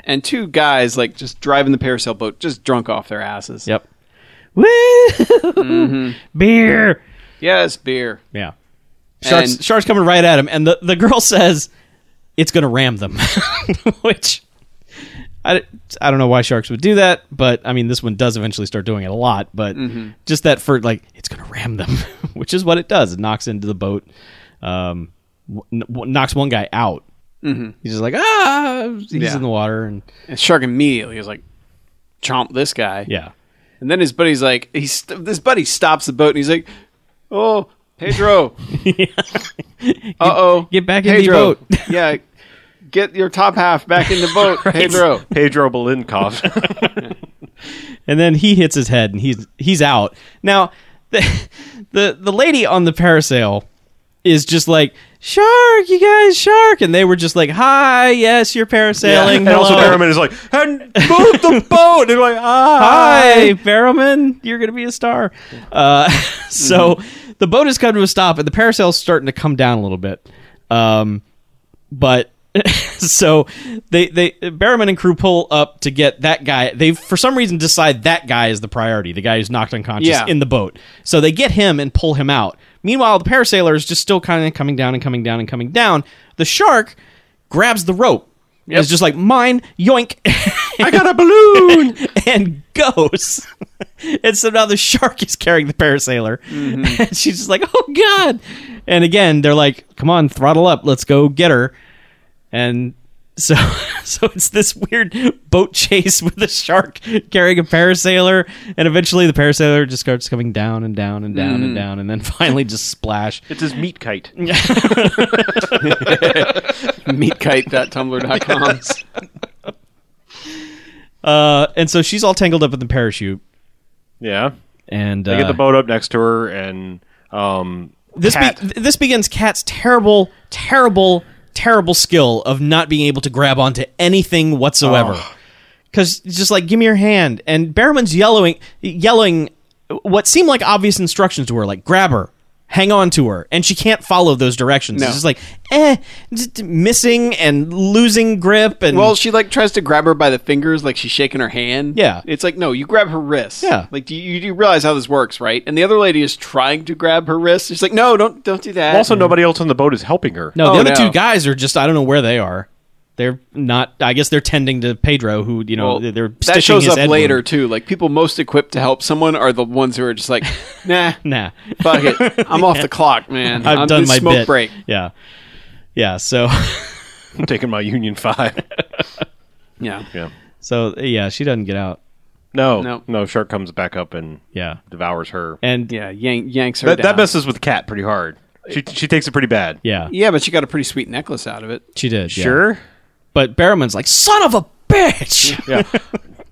A: and two guys like just driving the parasail boat, just drunk off their asses.
C: Yep.
D: Woo!
A: Mm-hmm.
D: Beer.
A: Yes, beer.
C: Yeah. Sharks,
A: And-
C: sharks coming right at him, and the, the girl says it's going to ram them, which I, I don't know why sharks would do that, but I mean, this one does eventually start doing it a lot, but
A: Mm-hmm.
C: just that for like, it's going to ram them, which is what it does. It knocks into the boat, um, w- n- w- knocks one guy out. He's just like, ah, he's
A: Mm-hmm. Yeah.
C: in the water, and
A: And Shark immediately is like, chomp this guy.
C: yeah.
A: And then his buddy's like, he's st- this buddy stops the boat and he's like, oh, Pedro. Uh oh.
C: Get back in the boat.
A: yeah. Get your top half back in the boat, Pedro.
B: Pedro Belinkov.
C: and then he hits his head and he's he's out. Now the the, the lady on the parasail is just like shark, you guys, shark, and they were just like, hi, yes, you're parasailing.
B: and also
C: hello.
B: Barrowman is like, and move the boat. And they're like, ah.
C: Hi, Barrowman, you're going to be a star. Uh, so the boat has come to a stop, and the parasail's starting to come down a little bit. Um, but so they they Barrowman and crew pull up to get that guy. They for some reason decide that guy is the priority, the guy who's knocked unconscious
A: Yeah.
C: in the boat. So they get him and pull him out. Meanwhile, the parasailer is just still kind of coming down and coming down and coming down. The shark grabs the rope. It's just like mine, yoink.
B: I got a balloon.
C: and goes. and so now the shark is carrying the parasailer.
B: Mm-hmm.
C: And she's just like, oh, God. And again, they're like, come on, throttle up. Let's go get her. And so so it's this weird boat chase with a shark carrying a parasailer. And eventually the parasailer just starts coming down and down and down
B: Mm-hmm.
C: and down. And then finally just splash.
B: it's his meat kite.
A: Meatkite.tumblr.com.
C: Uh, and so she's all tangled up in the parachute.
B: Yeah.
C: And
B: They
C: uh,
B: get the boat up next to her, and um,
C: this be-
B: Cat.
C: th- this begins Cat's terrible, terrible, terrible skill of not being able to grab onto anything whatsoever. Because just like, give me your hand, and Behrman's yelling, yelling what seemed like obvious instructions to her, like grab her, hang on to her, and she can't follow those directions.
A: No.
C: It's just like, eh, just missing and losing grip, and
A: Well, she like tries to grab her by the fingers, like she's shaking her hand.
C: Yeah.
A: it's like no, you grab her wrist.
C: Yeah.
A: like do you, you realize how this works, right? And the other lady is trying to grab her wrist. She's like, no, don't don't do that.
B: also nobody else on the boat is helping her.
C: no, the
A: oh,
C: other
A: no.
C: two guys are just I don't know where they are. They're not. I guess they're tending to Pedro, who you know
A: Well,
C: they're
A: that
C: stitching
A: shows
C: his
A: up
C: head
A: later
C: wound.
A: too. Like people most equipped to help someone are the ones who are just like, nah,
C: Nah.
A: fuck it, I'm off the clock, man.
C: I've
A: I'm
C: done
A: just
C: my
A: smoke
C: bit.
A: break.
C: Yeah, yeah. So,
B: I'm taking my Union Five.
A: Yeah,
B: yeah.
C: so yeah, she doesn't get out.
B: No,
A: No.
B: no, Shark comes back up and
C: Yeah,
B: devours her.
C: and yeah,
A: yeah, yank, yanks her
B: That, that
A: down.
B: messes with Cat pretty hard. She she takes it pretty bad.
C: yeah,
A: yeah, but she got a pretty sweet necklace out of it.
C: she did. yeah.
B: Sure.
C: but Barrowman's like son of a bitch.
B: Yeah.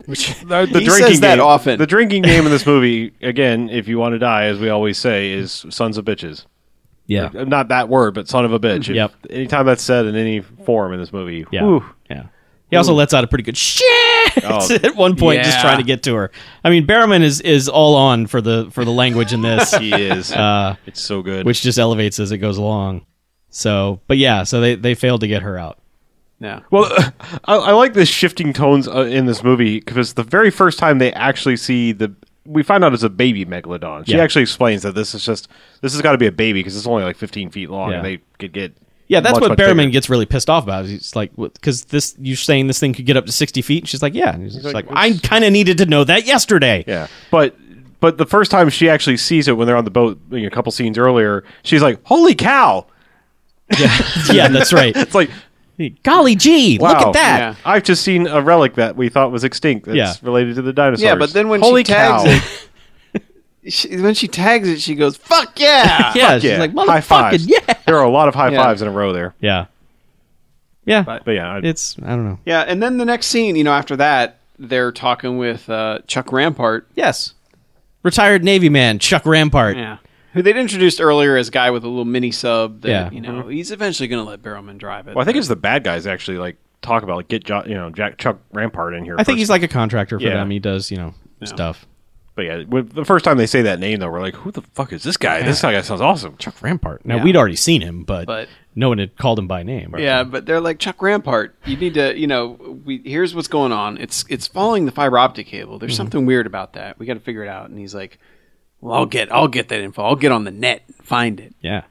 B: the, the
A: He
B: drinking
A: says that
B: game,
A: often.
B: The drinking game in this movie, again, if you want to die, as we always say, is sons of bitches.
C: Yeah,
B: Not that word, but son of a bitch. If-
C: Yep.
B: Anytime that's said in any form in this movie,
C: yeah,
B: whew.
C: yeah. He also lets out a pretty good shit
B: Oh,
C: at one point, just
A: yeah.
C: trying to get to her. I mean, Barrowman is is all on for the for the language in this.
B: he is.
C: Uh,
B: it's so good.
C: which just elevates as it goes along. So, but yeah, so they they failed to get her out.
A: Yeah,
B: Well, I, I like the shifting tones uh, in this movie because the very first time they actually see the, we find out it's a baby megalodon. She
C: Yeah.
B: actually explains that this is just this has got to be a baby because it's only like 15 feet long and
C: Yeah.
B: they could get.
C: Yeah, that's
B: much,
C: what
B: much
C: Barrowman
B: bigger.
C: gets really pissed off about. He's like, because this you're saying this thing could get up to sixty feet. And she's like, yeah. And he's, just
B: like,
C: like, I kind of needed to know that yesterday.
B: Yeah, but but the first time she actually sees it when they're on the boat you know, a couple scenes earlier, she's like, "Holy cow!"
C: yeah, that's right.
B: It's like,
C: Golly gee,
B: wow,
C: look at that.
A: Yeah.
B: I've just seen a relic that we thought was extinct. That's
C: Yeah.
B: related to the dinosaurs.
A: yeah, but then when
B: Holy
A: she tags
B: cow.
A: it, she, when she tags it, she goes, "Fuck yeah!"
C: Yeah, she's
B: yeah,
C: like,
B: high
C: motherfucking
B: fives.
C: yeah,
B: there are a lot of high
A: Yeah.
B: fives in a row there.
C: yeah, yeah.
B: But yeah, I,
C: It's I don't know.
A: Yeah, and then the next scene, you know, after that, they're talking with uh, Chuck Rampart.
C: Yes, retired Navy man Chuck Rampart.
A: Yeah. who they'd introduced earlier as a guy with a little mini sub. That,
C: Yeah.
A: you know, he's eventually going to let Barrowman drive it.
B: Well, I think it's the bad guys actually like talk about like get jo- you know Jack Chuck Rampart in here.
C: I think
B: first.
C: he's like a contractor for
B: Yeah.
C: them. He does, you know, stuff.
B: But yeah, when, the first time they say that name though, we're like, who the fuck is this guy? This guy sounds awesome.
C: Chuck Rampart. Now we'd already seen him, but,
A: But-
C: no one had called him by name.
A: Yeah, but they're like Chuck Rampart. You need to, you know, we here's what's going on. It's it's following the fiber optic cable.
C: Mm-hmm.
A: There's something weird about that. We got to figure it out. And he's like, "Well, I'll get I'll get that info. I'll get on the net, and find it."
C: yeah,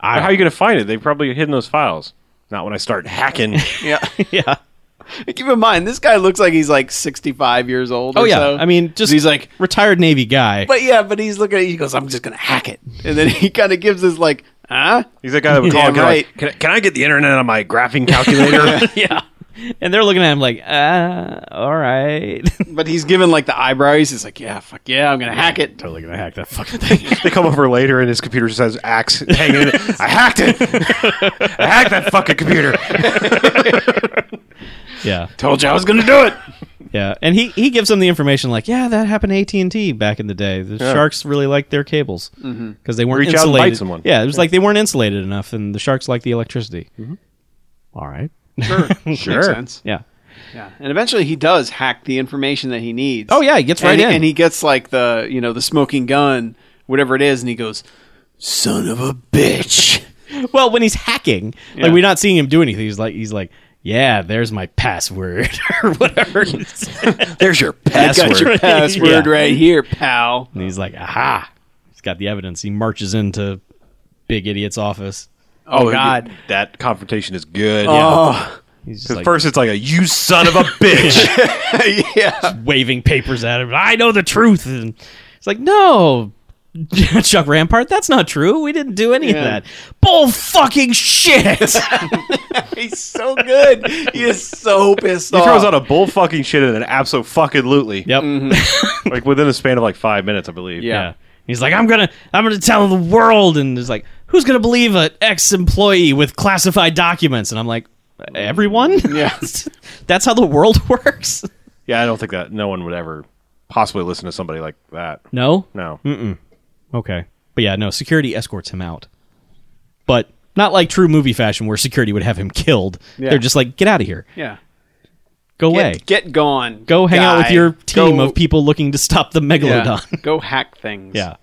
B: How are you going to find it? They've probably hidden those files. Not when I start hacking.
A: Yeah.
C: yeah.
A: Keep in mind, this guy looks like he's like 65 years old.
C: Oh
A: or
C: yeah,
A: so.
C: I mean, just
A: he's like,
C: retired Navy guy.
A: but yeah, but he's looking at. He goes, "I'm just gonna hack it," and then he kind of gives this like, "Huh."
B: He's that guy that would call
A: Damn
B: and go,
A: right.
B: like, can, I- can I get the internet on my graphing calculator?
C: yeah, and they're looking at him like, uh, all right.
A: But he's given like the eyebrows. He's like, "Yeah, fuck yeah, I'm gonna hack it."
C: totally gonna hack that fucking thing.
B: they come over later and his computer says axe hanging in it. I hacked it. I hacked that fucking computer.
C: yeah,
A: Told you I was gonna do it.
C: yeah, and he he gives them the information like, yeah, that happened to AT and T back in the day. The sharks really liked their cables because they weren't
B: Mm-hmm. Reach out and
C: insulated.
B: bite someone.
C: Yeah, it was like they weren't insulated enough, and the sharks like the electricity. All right.
A: Sure, sure. Mm-hmm. Makes sense.
C: Yeah.
A: Yeah, and eventually he does hack the information that he needs.
C: Oh, yeah, he gets
A: And
C: right
A: he-
C: in.
A: and he gets like the you know the smoking gun, whatever it is, and he goes, "Son of a bitch."
C: Well, when he's hacking,
A: Yeah.
C: like we're not seeing him do anything. He's like, he's like, yeah, there's my password or whatever. he said.
B: There's your
A: Got your
B: password.
A: password
C: Yeah.
A: right here, pal.
C: and he's like, aha! He's got the evidence. He marches into Big Idiot's office.
A: Oh, God.
B: That confrontation is good.
A: Oh,
C: He's just
B: 'Cause
C: like
B: first it's like a you son of a bitch.
A: yeah.
C: waving papers at him. I know the truth, and it's like, no. Chuck Rampart, that's not true. We didn't do any
A: Yeah.
C: of that. Bull fucking shit.
A: He's so good. He is so pissed
B: he
A: off.
B: throws out a bull fucking shit and an absolute fucking lutely.
C: yep.
B: Like within a span of like five minutes, I believe.
A: Mm-hmm, Yeah.
C: Yeah. He's like, I'm gonna, I'm gonna tell the world, and it's like, who's gonna believe an ex-employee with classified documents? And I'm like, everyone.
A: Yeah.
C: that's how the world works.
B: Yeah, I don't think that no one would ever possibly listen to somebody like that.
C: No.
B: No.
C: Okay. But yeah, no. Security escorts him out, but not like true movie fashion where security would have him killed.
A: Yeah.
C: They're just like, get out of here,
A: yeah.
C: go away,
A: Get, get gone.
C: go hang out with
A: guy.
C: your team
A: Go-
C: of people looking to stop the
A: Yeah.
C: megalodon.
A: go hack things.
C: yeah.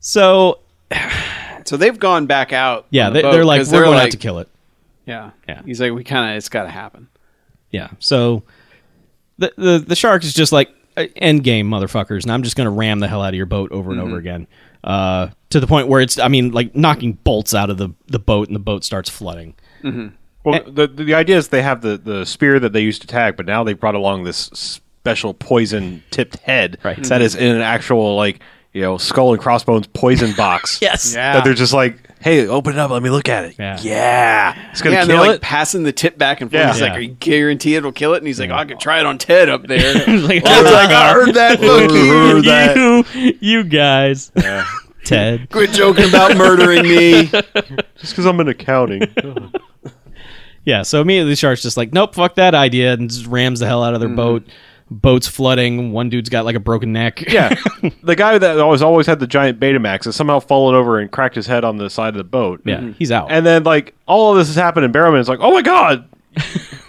C: So
A: So they've gone back out.
C: yeah,
A: on the
C: they,
A: boat
C: they're like,
A: 'cause
C: we're going
A: like,
C: out to kill it.
A: Yeah.
C: Yeah.
A: He's like, we kind of, it's got to happen.
C: Yeah. So the the the shark is just like uh, end game motherfuckers, and I'm just gonna ram the hell out of your boat over and
A: Mm-hmm.
C: over again. Uh, to the point where it's, I mean, like knocking bolts out of the, the boat, and the boat starts flooding.
B: Well,
C: Eh.
B: the, the the idea is they have the the spear that they used to tag, but now they brought along this special poison tipped head
C: Right. Mm-hmm.
B: that is in an actual like you know skull and crossbones poison box.
C: Yes.
A: Yeah.
B: That they're just like, hey, open it up, let me look at it.
C: Yeah.
B: Yeah. It's gonna
A: yeah, and they're
B: kill
A: like
B: it.
A: passing the tip back and forth.
B: Yeah.
A: He's like,
C: Yeah.
A: "Are you guarantee it'll kill it?" And he's like, "I could try it on Ted up there." It's
C: like,
A: like, "I heard that. Fuck you.
B: Heard that.
C: you, you guys, Ted.
A: Quit joking about murdering me."
B: Just because I'm in accounting.
C: Yeah. So immediately the shark's just like, nope, fuck that idea, and just rams the hell out of
B: Mm-hmm.
C: their boat. Boat's flooding. One dude's got like a broken neck.
B: yeah. The guy that always always had the giant Betamax has somehow fallen over and cracked his head on the side of the boat.
C: yeah. He's out.
B: And then like all of this has happened and Barrowman is like, Oh my god,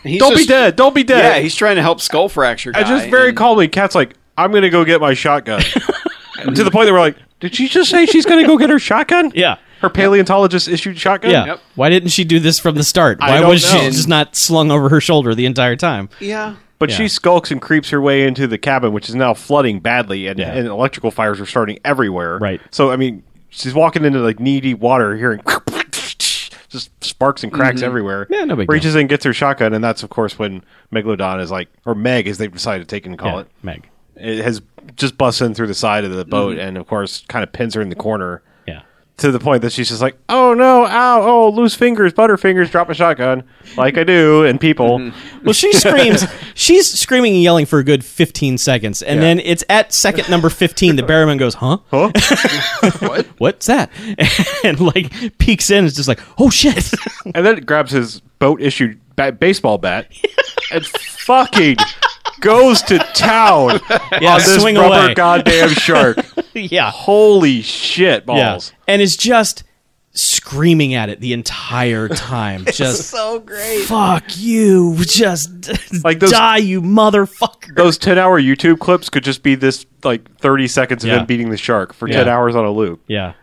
A: He's
B: don't
A: just-
B: be dead, don't be dead.
A: Yeah, he's trying to help skull fracture. Guy
B: I just very
A: and-
B: calmly, Kat's like, I'm going to go get my shotgun. to the point that we're like, did she just say she's going to go get her shotgun?
C: yeah.
B: Her paleontologist issued shotgun?
C: Yeah.
A: Yep.
C: Why didn't she do this from the start?
B: I
C: Why
B: don't
C: was
B: know.
C: she just not slung over her shoulder the entire time?
A: yeah.
B: But
C: Yeah.
B: she skulks and creeps her way into the cabin, which is now flooding badly, and,
C: Yeah.
B: and electrical fires are starting everywhere.
C: Right.
B: So, I mean, she's walking into like knee deep water, hearing just sparks and cracks everywhere.
C: Mm-hmm. Yeah, no big deal.
B: Reaches in, gets her shotgun, and that's, of course, when Megalodon is like, or Meg, as they've decided to take and call
C: Yeah,
B: it.
C: Meg.
B: it has just busts in through the side of the boat and of course kind of pins her in the corner
C: Yeah.
B: to the point that she's just like oh no ow oh loose fingers butterfingers drop a shotgun like i do and people
C: Well, she screams. she's screaming and yelling for a good 15 seconds, and then it's at second number 15 that Barrowman goes, "Huh?
B: Huh?
A: What?
C: What's that?" And like peeks in, and is just like, "Oh shit!"
B: and then it grabs his boat issued ba- baseball bat and fucking goes to town
C: Yeah,
B: on this
C: swing
B: rubber
C: away.
B: goddamn shark.
C: yeah.
B: Holy shit, balls!
C: Yeah. And is just screaming at it the entire time. just so great. Fuck you. Just
B: Like those-
C: die, you motherfucker.
B: Those ten-hour YouTube clips could just be this like thirty seconds of
C: Yeah.
B: him beating the shark for
C: Yeah.
B: ten hours on a loop.
C: yeah.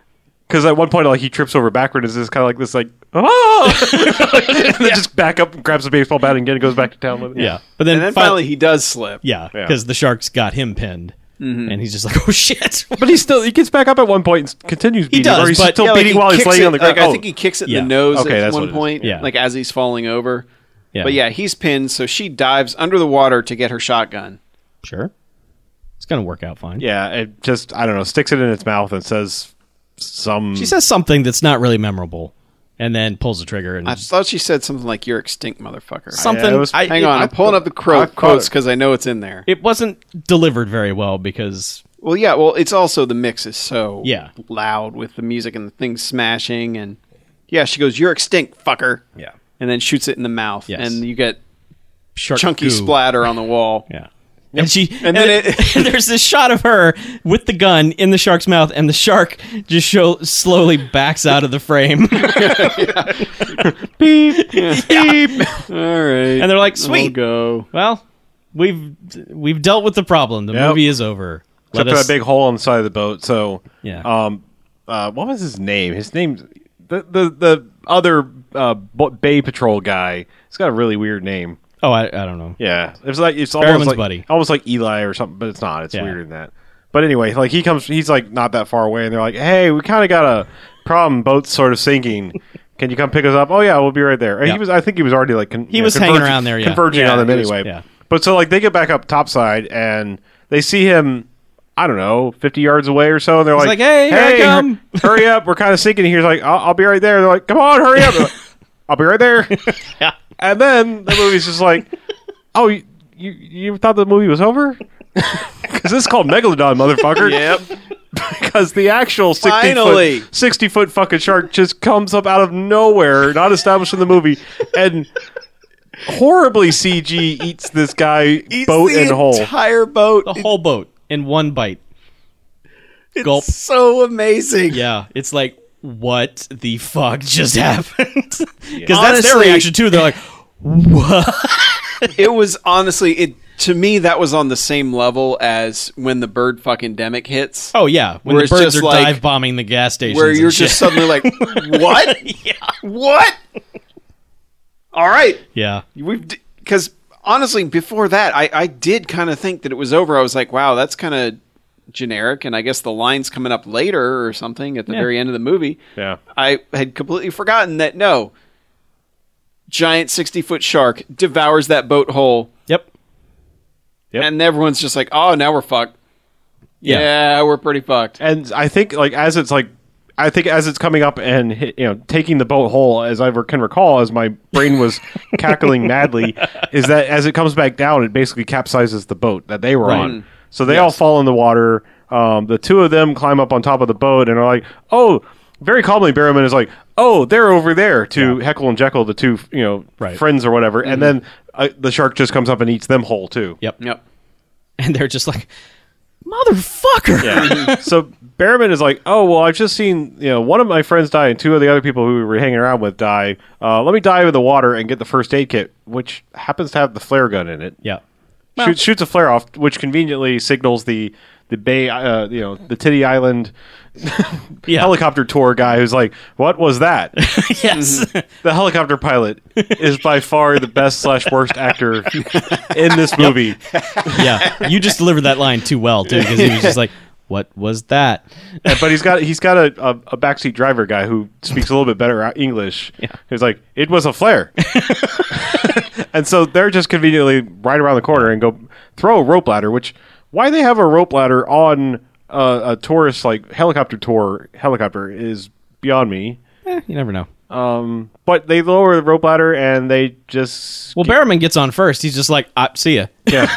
B: Because at one point, like he trips over backward, is this kind of like this, like oh, and then just back up, and grabs a baseball bat, and again goes back to town with it.
C: Yeah. But then,
A: And then finally he does slip.
C: yeah,
B: Yeah.
C: because the shark's got him pinned. And he's just like, oh shit.
B: but he still he gets back up at one point and s- continues beating,
C: does,
B: or he's
C: but-
B: still
A: Yeah, like,
B: beating
A: he
B: while he's
A: kicks
B: laying
A: it-
B: on the ground.
A: Like I
B: Oh.
A: think he kicks it
C: Yeah.
A: in the nose
B: Okay,
A: at
B: that's
A: one
B: what it is.
A: point,
C: Yeah.
A: like as he's falling over.
C: Yeah.
A: But yeah, he's pinned, so she dives under the water to get her shotgun.
C: sure. It's going to work out fine.
B: yeah, it just I don't know, sticks it in its mouth and says some.
C: She says something that's not really memorable and then pulls the trigger and
A: I
C: just-
A: thought she said something like "You're extinct, motherfucker."
C: something.
B: Yeah, it was-
C: I-
A: Hang
C: it-
A: on,
C: I-
A: I'm pulling up the cro-
B: I caught
A: quotes
B: it.
A: because I know it's in there.
C: it wasn't delivered very well because
A: Well, yeah. Well, it's also the mix is so
C: Yeah.
A: loud with the music and the things smashing and yeah. She goes, "You're extinct, fucker,"
C: yeah,
A: and then shoots it in the mouth,
C: Yes.
A: and you get
C: shark
A: chunky
C: goo.
A: splatter on the wall.
C: Yeah. And she and,
A: then
C: then there's this shot of her with the gun in the shark's mouth, and the shark just show slowly backs out of the frame. Beep. Beep.
A: All right,
C: And they're like,
A: we'll
C: "Sweet."
A: go.
C: Well, we've we've dealt with the problem. The
B: Yep.
C: movie is over. Let
B: except for
C: us-
B: that big hole on the side of the boat. So
C: Yeah.
B: um, uh, what was his name? His name, the the the other uh, bo- Bay Patrol guy. He's got a really weird name.
C: oh, I, I don't know.
B: Yeah, it's like it's
C: Barrowman's
B: almost like
C: buddy.
B: almost like Eli or something, but it's not. It's
C: Yeah.
B: weirder than that. But anyway, like he comes, he's like not that far away, and they're like, "Hey, we kind of got a problem. Boat's sort of sinking. Can you come pick us up? Oh yeah, we'll be right there." And
C: Yeah.
B: he was, I think he was already like con-
C: He was hanging around there, yeah.
B: converging
A: Yeah,
B: on them
A: he was-
B: anyway.
C: yeah.
B: But so like they get back up topside and they see him. I don't know, fifty yards away or so. And they're
C: like, "Hey, here I
B: hur-
C: come."
B: hurry up! We're kind of sinking." He's like, I'll, "I'll be right there." They're like, "Come on, hurry up!" They're like, I'll be right there.
C: Yeah.
B: And then the movie's just like, oh, you you, you thought the movie was over? Because this is called Megalodon, motherfucker.
A: Yep.
B: Because the actual 60
A: Finally.
B: foot, 60 foot fucking shark just comes up out of nowhere, not established in the movie, and horribly CG eats this guy boat
A: the
B: and whole.
A: Entire boat.
C: The whole boat in one bite.
A: It's
C: gulp.
A: so amazing.
C: Yeah, it's like what the fuck just happened? Because that's their
A: Honestly-
C: reaction too. They're like, what?
A: It was honestly it to me that was on the same level as when the bird fucking demic hits.
C: Oh yeah, when
A: Where
C: the
A: it's
C: birds
A: just
C: are
A: like-
C: dive bombing the gas stations.
A: where
C: and
A: you're
C: shit.
A: just suddenly like, what? What? All right,
C: yeah,
A: we've because honestly, before that, I I did kind of think that it was over. I was like, wow, that's kind of generic, and I guess the line's coming up later or something at the very end of the movie.
B: Yeah.
A: I had completely forgotten that. No, giant sixty foot shark devours that boat whole,
C: yep,
B: Yep.
A: and everyone's just like, oh, now we're fucked.
C: Yeah.
A: Yeah, we're pretty fucked.
B: and I think like as it's like I think as it's coming up and hit, you know taking the boat whole as I re- can recall as my brain was cackling madly is that as it comes back down it basically capsizes the boat that they were
C: Right.
B: on so they all fall in the water um, the two of them climb up on top of the boat and are like oh very calmly Barrowman is like oh they're over there to Heckle and Jekyll the two you know
C: Right. Mm-hmm.
B: friends or whatever and then uh, the shark just comes up and eats them whole too
C: yep,
A: Yep.
C: And they're just like, motherfucker.
B: so Behrman is like, oh well, I've just seen you know one of my friends die and two of the other people who we were hanging around with die. Uh, let me dive in the water and get the first aid kit, which happens to have the flare gun in it.
C: Yeah,
B: Shoot, shoots a flare off, which conveniently signals the the Bay, uh, you know, the Titty Island
C: yeah,
B: helicopter tour guy who's like, what was that?
C: yes,
B: the helicopter pilot is by far the best slash worst actor in this movie.
C: yeah. You just delivered that line too well too because he was just like, what was that?
B: And- but he's got he's got a, a, a backseat driver guy who speaks a little bit better out- English. He's like, it was a flare, and so they're just conveniently right around the corner and go throw a rope ladder. Which why they have a rope ladder on uh, a tourist like helicopter tour helicopter is beyond me.
C: Eh, you never know.
B: But they lower the rope ladder and they just
C: Well, Barrowman gets on first. He's just like, I see ya.
B: yeah,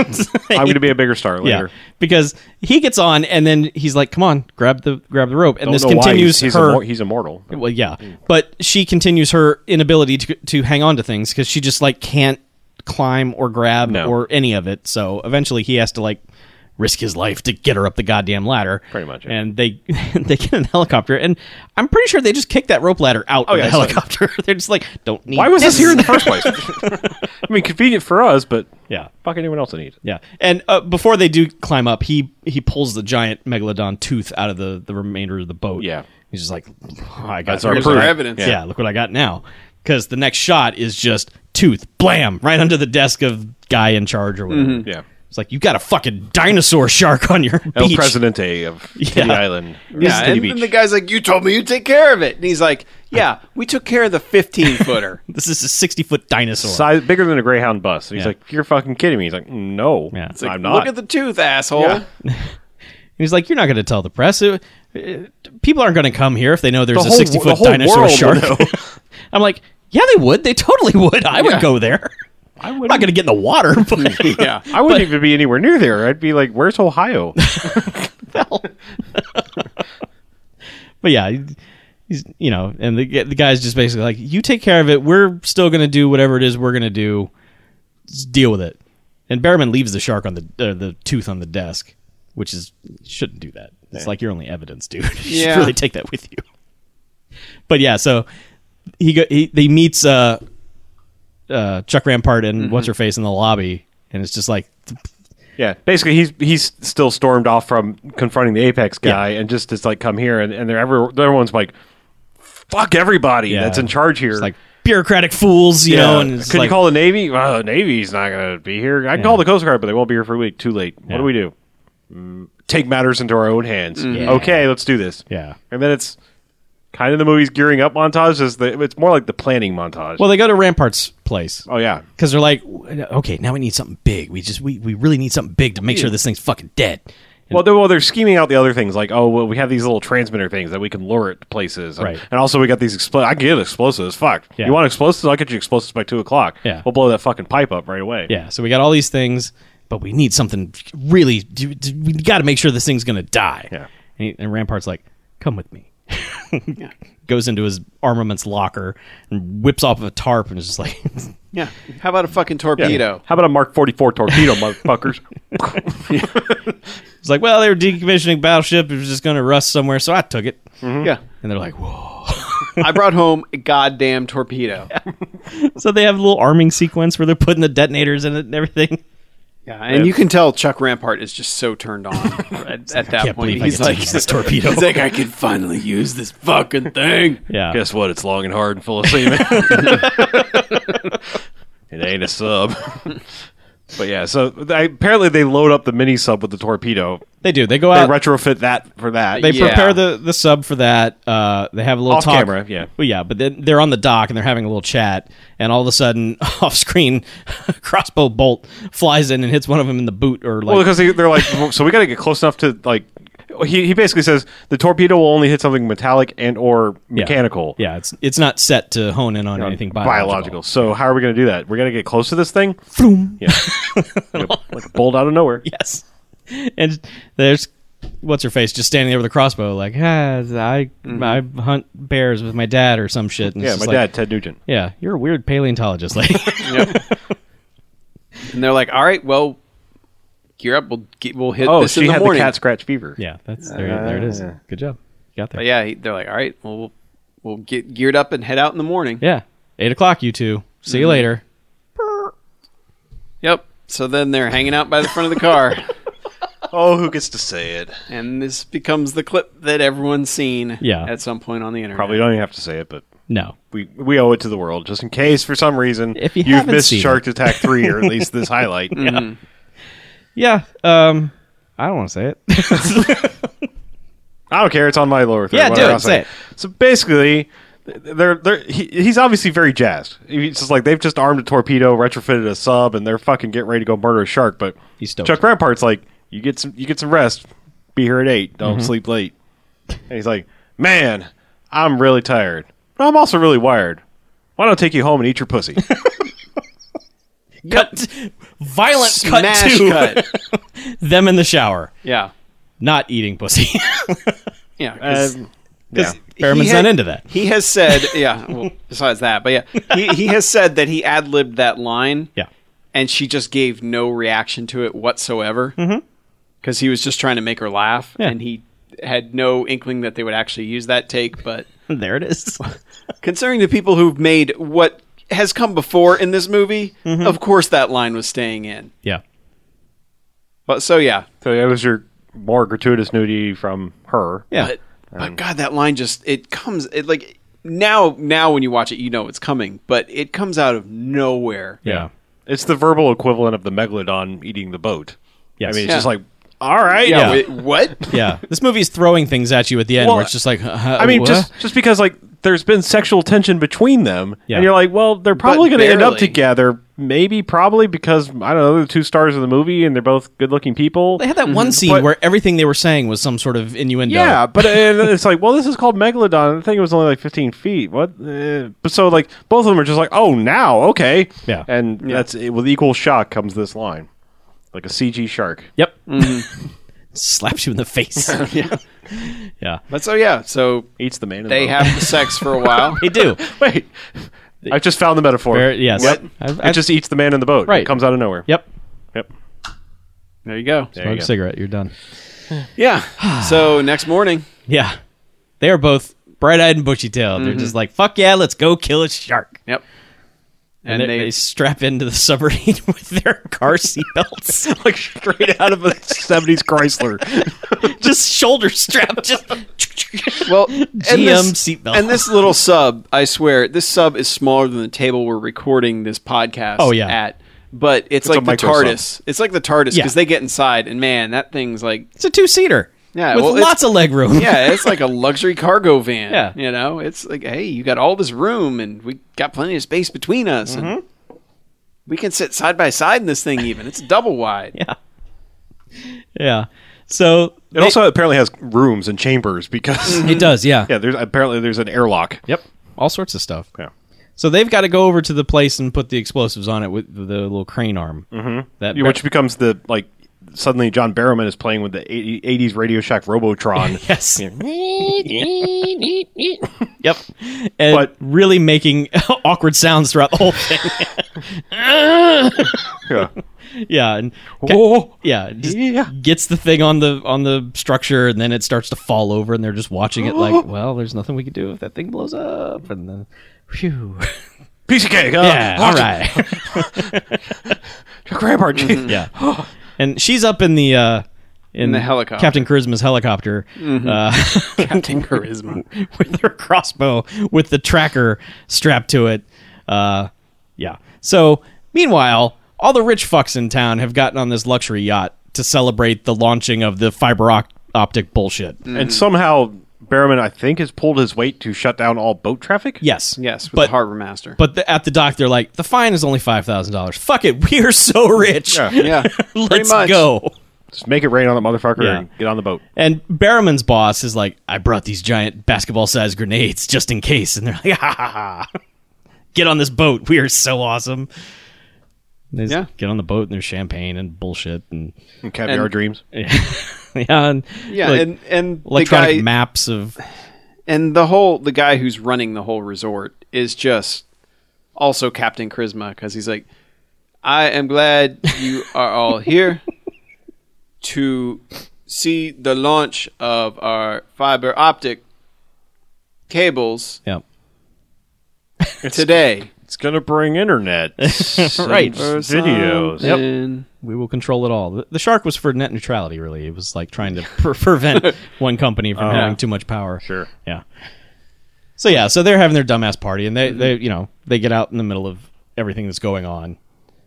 B: I'm going to be a bigger star later.
C: Yeah, because he gets on and then he's like, "Come on, grab the grab the rope," and
B: Don't
C: this
B: know why
C: continues
B: he's, he's
C: her.
B: immor- he's immortal.
C: well, yeah, but she continues her inability to to hang on to things because she just like can't climb or grab
B: No.
C: or any of it. So eventually he has to like risk his life to get her up the goddamn ladder.
B: Pretty much, yeah.
C: And they they get in the helicopter and I'm pretty sure they just kicked that rope ladder out of
B: Oh, yeah,
C: the
B: so-
C: helicopter. They're just like, don't need
B: Why was this
C: this
B: here in the first place? I mean, convenient for us, but
C: Yeah.
B: fuck anyone else that needs. it.
C: Yeah, and uh, before they do climb up, he he pulls the giant megalodon tooth out of the the remainder of the boat.
B: Yeah.
C: he's just like, "Oh, I got
B: That's our
C: here's
A: proof.
C: our
A: evidence."
C: Yeah. look what I got now. Because the next shot is just tooth, blam, right under the desk of guy in charge or whatever.
B: Yeah.
C: It's like you got a fucking dinosaur shark on your
B: Mm-hmm. El
C: beach.
B: Presidente of
C: Yeah.
B: the island.
A: Yeah,
B: City
A: and
B: Beach.
A: then the guy's like, "You told me you take care of it," and he's like, "Yeah, we took care of the 15 footer."
C: This is a sixty foot dinosaur.
B: size bigger than a Greyhound bus. And he's
C: Yeah.
B: like, "You're fucking kidding me." He's like, "No,
C: Yeah. It's
A: It's like,
B: I'm not."
A: Look at the tooth, asshole.
B: Yeah.
C: And he's like, you're not going to tell the press. It- it- people aren't going to come here if they know there's
B: The
C: a
B: whole-
C: 60
B: the
C: foot
B: whole
C: dinosaur
B: world
C: shark.
B: would know.
C: I'm like, yeah, they would. They totally would. I would go there. I am not going to get in the water, but
A: Yeah.
B: I wouldn't even be anywhere near there. I'd be like, "Where's Ohio?"
C: but yeah, he- he's you know, and the the guy's just basically like, you take care of it. We're still going to do whatever it is we're going to do. Just deal with it. And Behrman leaves the shark on the uh, the tooth on the desk, which is shouldn't do that. It's like you're only evidence, dude. you
A: Yeah.
C: should really take that with you. But yeah, so he go he they meets uh uh Chuck Rampart
B: Mm-hmm.
C: and what's her face in the lobby, and it's just like
B: yeah, basically, he's he's still stormed off from confronting the Apex guy, and just it's like, "Come here," and, and they're every, everyone's like, "Fuck everybody
C: Yeah.
B: that's in charge here."
C: it's like bureaucratic fools, you
B: yeah.
C: know. And it's
B: could
C: like,
B: you call the Navy? Well, the Navy's not going to be here. I can call the Coast Guard, but they won't be here for a week. Too late. What
C: Yeah. Mm.
B: do we do? Mm, Take matters into our own hands. Okay, let's do this.
C: Yeah.
B: and then it's kind of the movie's gearing up montage. Is the it's more like the planning montage.
C: well, they go to Rampart's place.
B: oh yeah,
C: because they're like, okay, now we need something big. We just we, we really need something big to make sure this thing's fucking dead.
B: Well, they're, well, they're scheming out the other things like, oh, well, we have these little transmitter things that we can lure it to places, and,
C: Right.
B: And also, we got these expl- I can get explosives. Fuck,
C: Yeah.
B: you want explosives? I'll get you explosives by two o'clock.
C: Yeah.
B: we'll blow that fucking pipe up right away.
C: Yeah, so we got all these things, but we need something really. d- d- We got to make sure this thing's gonna die.
B: Yeah.
C: And, he- and Rampart's like, come with me. Goes into his armaments locker and whips off a tarp and is just like,
A: Yeah. How about a fucking
B: Yeah.
A: torpedo?
B: How about a Mark Forty Four torpedo, motherfuckers?
C: it's like, well, they were decommissioning battleship. It was just gonna rust somewhere, so I took it.
B: Mm-hmm.
A: Yeah.
C: And they're like, whoa.
A: I brought home a goddamn torpedo. Yeah.
C: So they have a little arming sequence where they're putting the detonators in it and everything.
A: And you can tell Chuck Rampart is just so turned on at, at that
C: Can't
A: point.
C: believe I
A: He's
C: get
A: like,
C: to use this torpedo.
A: he's like, I can finally use this fucking thing.
C: yeah.
B: Guess what? It's long and hard and full of semen. it ain't a sub. but yeah, so they, apparently they load up the mini sub with the torpedo.
C: They do. They go
B: They
C: out.
B: retrofit that for that.
C: They
A: Yeah.
C: prepare the, the sub for that. Uh, they have a little
B: Off
C: talk.
B: camera, yeah.
C: Well, yeah, but then they're on the dock and they're having a little chat, and all of a sudden, off screen, crossbow bolt flies in and hits one of them in the boot or like.
B: Well, because they, they're like, well, so we got to get close enough to like. He, he basically says the torpedo will only hit something metallic and or
C: yeah.
B: mechanical, Um,
C: Yeah, it's it's not set to hone in on anything biological.
B: biological. So how are we going to do that? We're going to get close to this thing,
C: Floom.
B: yeah, like, a, like a bolt out of nowhere.
C: Yes. And there's what's her face just standing there with a crossbow, like, ah, I I hunt bears with my dad or some shit. And
B: Mm-hmm. Yeah,
C: it's
B: my
C: just like,
B: dad, Ted Nugent.
C: Yeah, you're a weird paleontologist, lady.
A: And they're like, all right, well, gear up. We'll, get, we'll hit
B: Oh,
A: this
B: she
A: in the
B: had
A: morning.
B: the cat scratch fever.
C: yeah, that's there. there it is. Good job. You got there.
A: But yeah, he, they're like, all right, well, we'll, we'll get geared up and head out in the morning.
C: Yeah. Eight o'clock, you two. See you later.
A: Yep. So then they're hanging out by the front of the car,
B: Oh, who gets to say it?
A: and this becomes the clip that everyone's seen
C: Yeah.
A: at some point on the internet.
B: Probably don't even have to say it, but
C: No.
B: we we owe it to the world just in case for some reason
C: If you
B: have
C: haven't
B: missed
C: seen Mm-hmm.
B: Shark Attack three or at least this highlight.
C: Mm.
B: yeah.
C: Yeah. Um, I don't want to say it.
B: I don't care. It's on my lower third.
C: Yeah, do
B: whatever,
C: it,
B: I'll
C: say it.
B: So basically, they're they're he, he's obviously very jazzed. He's just like they've just armed a torpedo, retrofitted a sub, and they're fucking getting ready to go murder a shark. But
C: He's stoked.
B: Chuck Rampart's like, you get some you get some rest. Be here at eight. Don't
C: Mm-hmm.
B: sleep late. And he's like, man, I'm really tired, but I'm also really wired. Why don't I take you home and eat your pussy?
C: cut. Violent cut
A: Smash
C: to
A: cut.
C: them in the shower,
A: Yeah.
C: not eating pussy.
A: Yeah. 'cause-
B: And-
A: 'cause
B: yeah.
A: he
C: Behrman's
A: had-
C: not into that.
A: He has said, yeah, well, besides that, but yeah, he, he has said that he ad libbed that line.
C: Yeah.
A: and she just gave no reaction to it whatsoever because he was just trying to make her laugh
C: Yeah.
A: and he had no inkling that they would actually use that take but
C: there it is.
A: concerning the people who've made what has come before in this movie of course that line was staying in
C: yeah.
A: but so yeah
B: So that was your more gratuitous nudity from her.
C: Yeah.
A: but, but god that line just it comes it like now now when you watch it you know it's coming but it comes out of nowhere
C: yeah.
B: It's the verbal equivalent of the megalodon eating the boat. I
C: Yes.
B: mean, it's
A: Yeah.
B: just like, all right.
A: yeah,
C: Yeah.
A: wait, what
C: Yeah. This movie's throwing things at you at the end
B: Well,
C: where it's just like,
B: I mean, just just because like there's been sexual tension between them,
C: Yeah.
B: and you're like, well, they're probably going to end up
A: barely.
B: together. Maybe, probably because I don't know, they're the two stars of the movie, and they're both good-looking people.
C: they had that one scene
B: But-
C: where everything they were saying was some sort of innuendo.
B: Yeah, but and it's like, well, this is called Megalodon. I think it was only like 15 feet. What? Uh, but so like both of them are just like, oh, now okay.
C: Yeah.
B: and that's it, with equal shock comes this line, like a CG shark.
C: Yep. Slaps you in the face. Mm-hmm. yeah. Yeah.
A: but so yeah so
B: Eats the man. in the
A: they
B: mouth.
A: have sex for a while
C: They do.
B: wait. I just found the metaphor.
C: Very- yes.
B: Yep.
C: I've-
B: it
C: I've-
B: just eats the man in the boat.
C: Right.
B: It comes out of nowhere.
C: Yep.
B: Yep.
A: there you go
B: There you
C: Smoke a
B: go.
C: cigarette. You're done.
A: yeah so next morning
C: Yeah. They are both bright eyed and bushy tailed. They're just like, fuck yeah, let's go kill a shark.
A: yep and,
C: And, they, they strap into the submarine with their car seatbelts.
B: like straight out of a 70s Chrysler.
C: just shoulder strap. Just
A: well and
C: GM
A: this-
C: seatbelt.
A: and this little sub i swear this sub is smaller than the table we're recording this podcast
C: Oh, yeah.
A: at but it's,
B: a
A: like the
B: micro
A: tardis it's like the tardis
C: Yeah.
A: because they get inside and man that thing's like
C: It's a two seater.
A: Yeah,
C: With
A: well, it's-
C: lots of leg room.
A: yeah, it's like a luxury cargo van.
C: Yeah.
A: You know, it's like, hey, you got all this room and we got plenty of space between us. And
C: Mm-hmm.
A: we can sit side by side in this thing, even. It's double wide.
C: Yeah. Yeah. So
B: It also apparently has rooms and chambers because
C: it does, yeah.
B: yeah, there's apparently there's an airlock.
C: Mm-hmm. Yep. All sorts of stuff.
B: Yeah.
C: So they've got to go over to the place and put the explosives on it with the little crane arm. Mm-hmm. That
B: Yeah, Which becomes the like suddenly John Barrowman is playing with the 80, 80s Radio Shack Robotron.
C: yes.
E: Yes.
C: Yep. And
B: But-
C: really making awkward sounds throughout the whole thing.
B: yeah.
C: yeah. And
B: Oh.
C: yeah, it just
B: Yeah.
C: gets the thing on the on the structure and then it starts to fall over and they're just watching it like, well, there's nothing we can do if that thing blows up and then phew.
B: Piece of cake. Ah,
C: Yeah, all right. Mm-hmm.
B: Grab our cheese.
C: yeah. And she's up in the uh in,
A: the helicopter.
C: Captain Charisma's helicopter. Uh
A: Captain Charisma.
C: with her crossbow with the tracker strapped to it. Uh, yeah. So, meanwhile, all the rich fucks in town have gotten on this luxury yacht to celebrate the launching of the fiber op- optic bullshit.
B: And somehow Barrowman I think has pulled his weight to shut down all boat traffic.
C: Yes.
A: Yes, with
C: But-
A: the harbor master.
C: But the, at the dock, they're like, the fine is only $5,000. Fuck it. We are so rich.
A: yeah. pretty
C: Let's
A: much.
C: go.
B: Just make it rain on that motherfucker
C: Yeah.
B: and get on the boat.
C: And Barrowman's boss is like, I brought these giant basketball sized grenades just in case. And they're like, ha ha ha. Get on this boat. We are so awesome. And They just
A: Yeah.
C: Get on the boat and there's champagne and bullshit. And
B: And caviar
A: And-
B: dreams.
C: yeah. And,
A: Yeah,
C: like,
A: and and the
C: electronic
A: guy
C: maps of.
A: and the whole the guy who's running the whole resort is just also Captain Charisma because he's like, I am glad you are all here to see the launch of our fiber optic cables
C: Yeah.
A: today.
B: It's gonna bring internet. right. Videos.
A: And-
C: We will control it all. The, the shark was for net neutrality, really. It was like trying to pre- prevent one company
A: Oh.
C: from having too much power.
B: Sure.
C: Yeah. So yeah, so they're having their dumbass party, and they they you know they get out in the middle of everything that's going on,